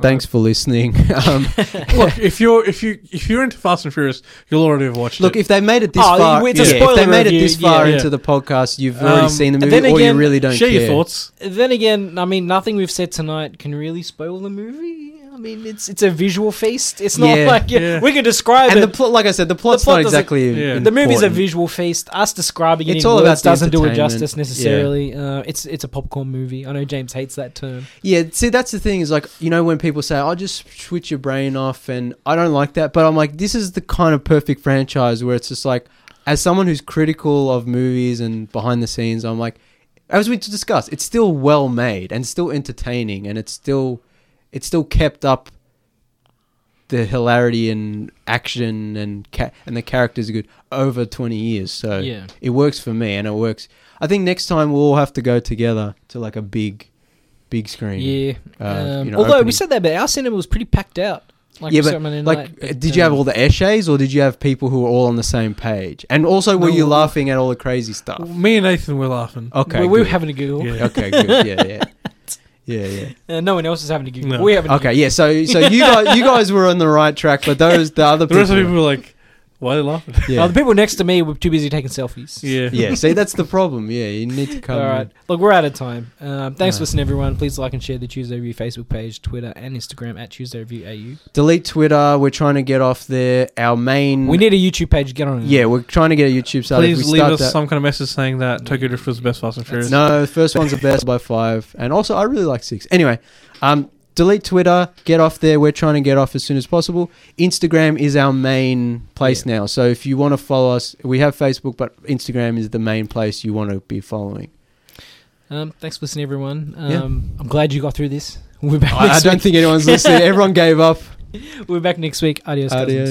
thanks for listening. [LAUGHS]
[LAUGHS]
Um,
look, if you're if you if you're into Fast and Furious, you'll already have watched
look,
it.
if they made it this
Oh,
far,
it's a
yeah, if they
spoiler
made it
review,
this far
yeah.
into the podcast, you've already
Um,
seen the
and
movie,
then
or you
again,
really don't
Share
care.
your thoughts.
Then again, I mean, nothing we've said tonight can really spoil the movie. I mean, it's it's a visual feast. It's not
Yeah.
like
Yeah.
we can describe
And the
it.
plot, like I said, the plot's
plot
not
doesn't-
exactly.
Yeah.
The movie's a
important.
visual feast. Us describing it
It's
in
all
words
about the
doesn't do it
entertainment.
justice necessarily. Uh, it's it's a popcorn movie. I know James hates that term.
Yeah, see, that's the thing is like, you know, when people say, I just switch your brain off, and I don't like that, but I'm like, this is the kind of perfect franchise where it's just like, as someone who's critical of movies and behind the scenes, I'm like, as we discussed, it's still well made and still entertaining, and it's still, it's still kept up the hilarity and action and ca- and the characters are good over 20 years, so
Yeah.
it works for me, and it works. I think next time we'll all have to go together to like a big, big screen
Yeah.
uh,
Um,
you know,
although
opening.
we said that, but our cinema was pretty packed out. Like
yeah,
we
but
said Monday
like,
night,
uh,
but,
did you have
um,
all the essays, or did you have people who were all on the same page? And also, were you
No.
laughing at all the crazy stuff?
Me and Nathan were laughing.
Okay,
we, we were
good.
having a giggle.
Yeah.
Oh, okay, good.
[LAUGHS]
Yeah, yeah, yeah, yeah.
Uh, no one else is having a giggle.
No.
We haven't.
Okay, yeah. So, so
[LAUGHS]
you guys, you guys were on the right track, but those the other
[LAUGHS] The rest of the people were like, "Why are they laughing?"
Uh,
yeah,
the people next to me were too busy taking selfies.
yeah.
[LAUGHS] yeah. See, that's the problem. Yeah, you need to come.
All right. Look, we're out of time. Um, thanks for
Alright.
listening, everyone. Please like and share the Tuesday Review Facebook page, Twitter, and Instagram at Tuesday Review AU.
Delete Twitter. We're trying to get off there. Our main.
We need a YouTube page. Get on it.
Mm. Yeah, we're trying to get a YouTube started.
Please
we
leave
start
us
that-
some kind of message saying that Tokyo Drift was the best Fast and Furious.
No, the first one's the best by five, and also I really like six. Anyway, um, delete Twitter, get off there. We're trying to get off as soon as possible. Instagram is our main place now, so if you want to follow us, we have Facebook, but Instagram is the main place you want to be
[LAUGHS]
following.
Um, thanks for listening, everyone. Um,
Yeah.
I'm glad you got through this. [LAUGHS] We're back.
I, I
next [LAUGHS]
[LAUGHS]
don't think anyone's listening. Everyone gave up.
week. We're back next week. Adios. cousins.
Adios.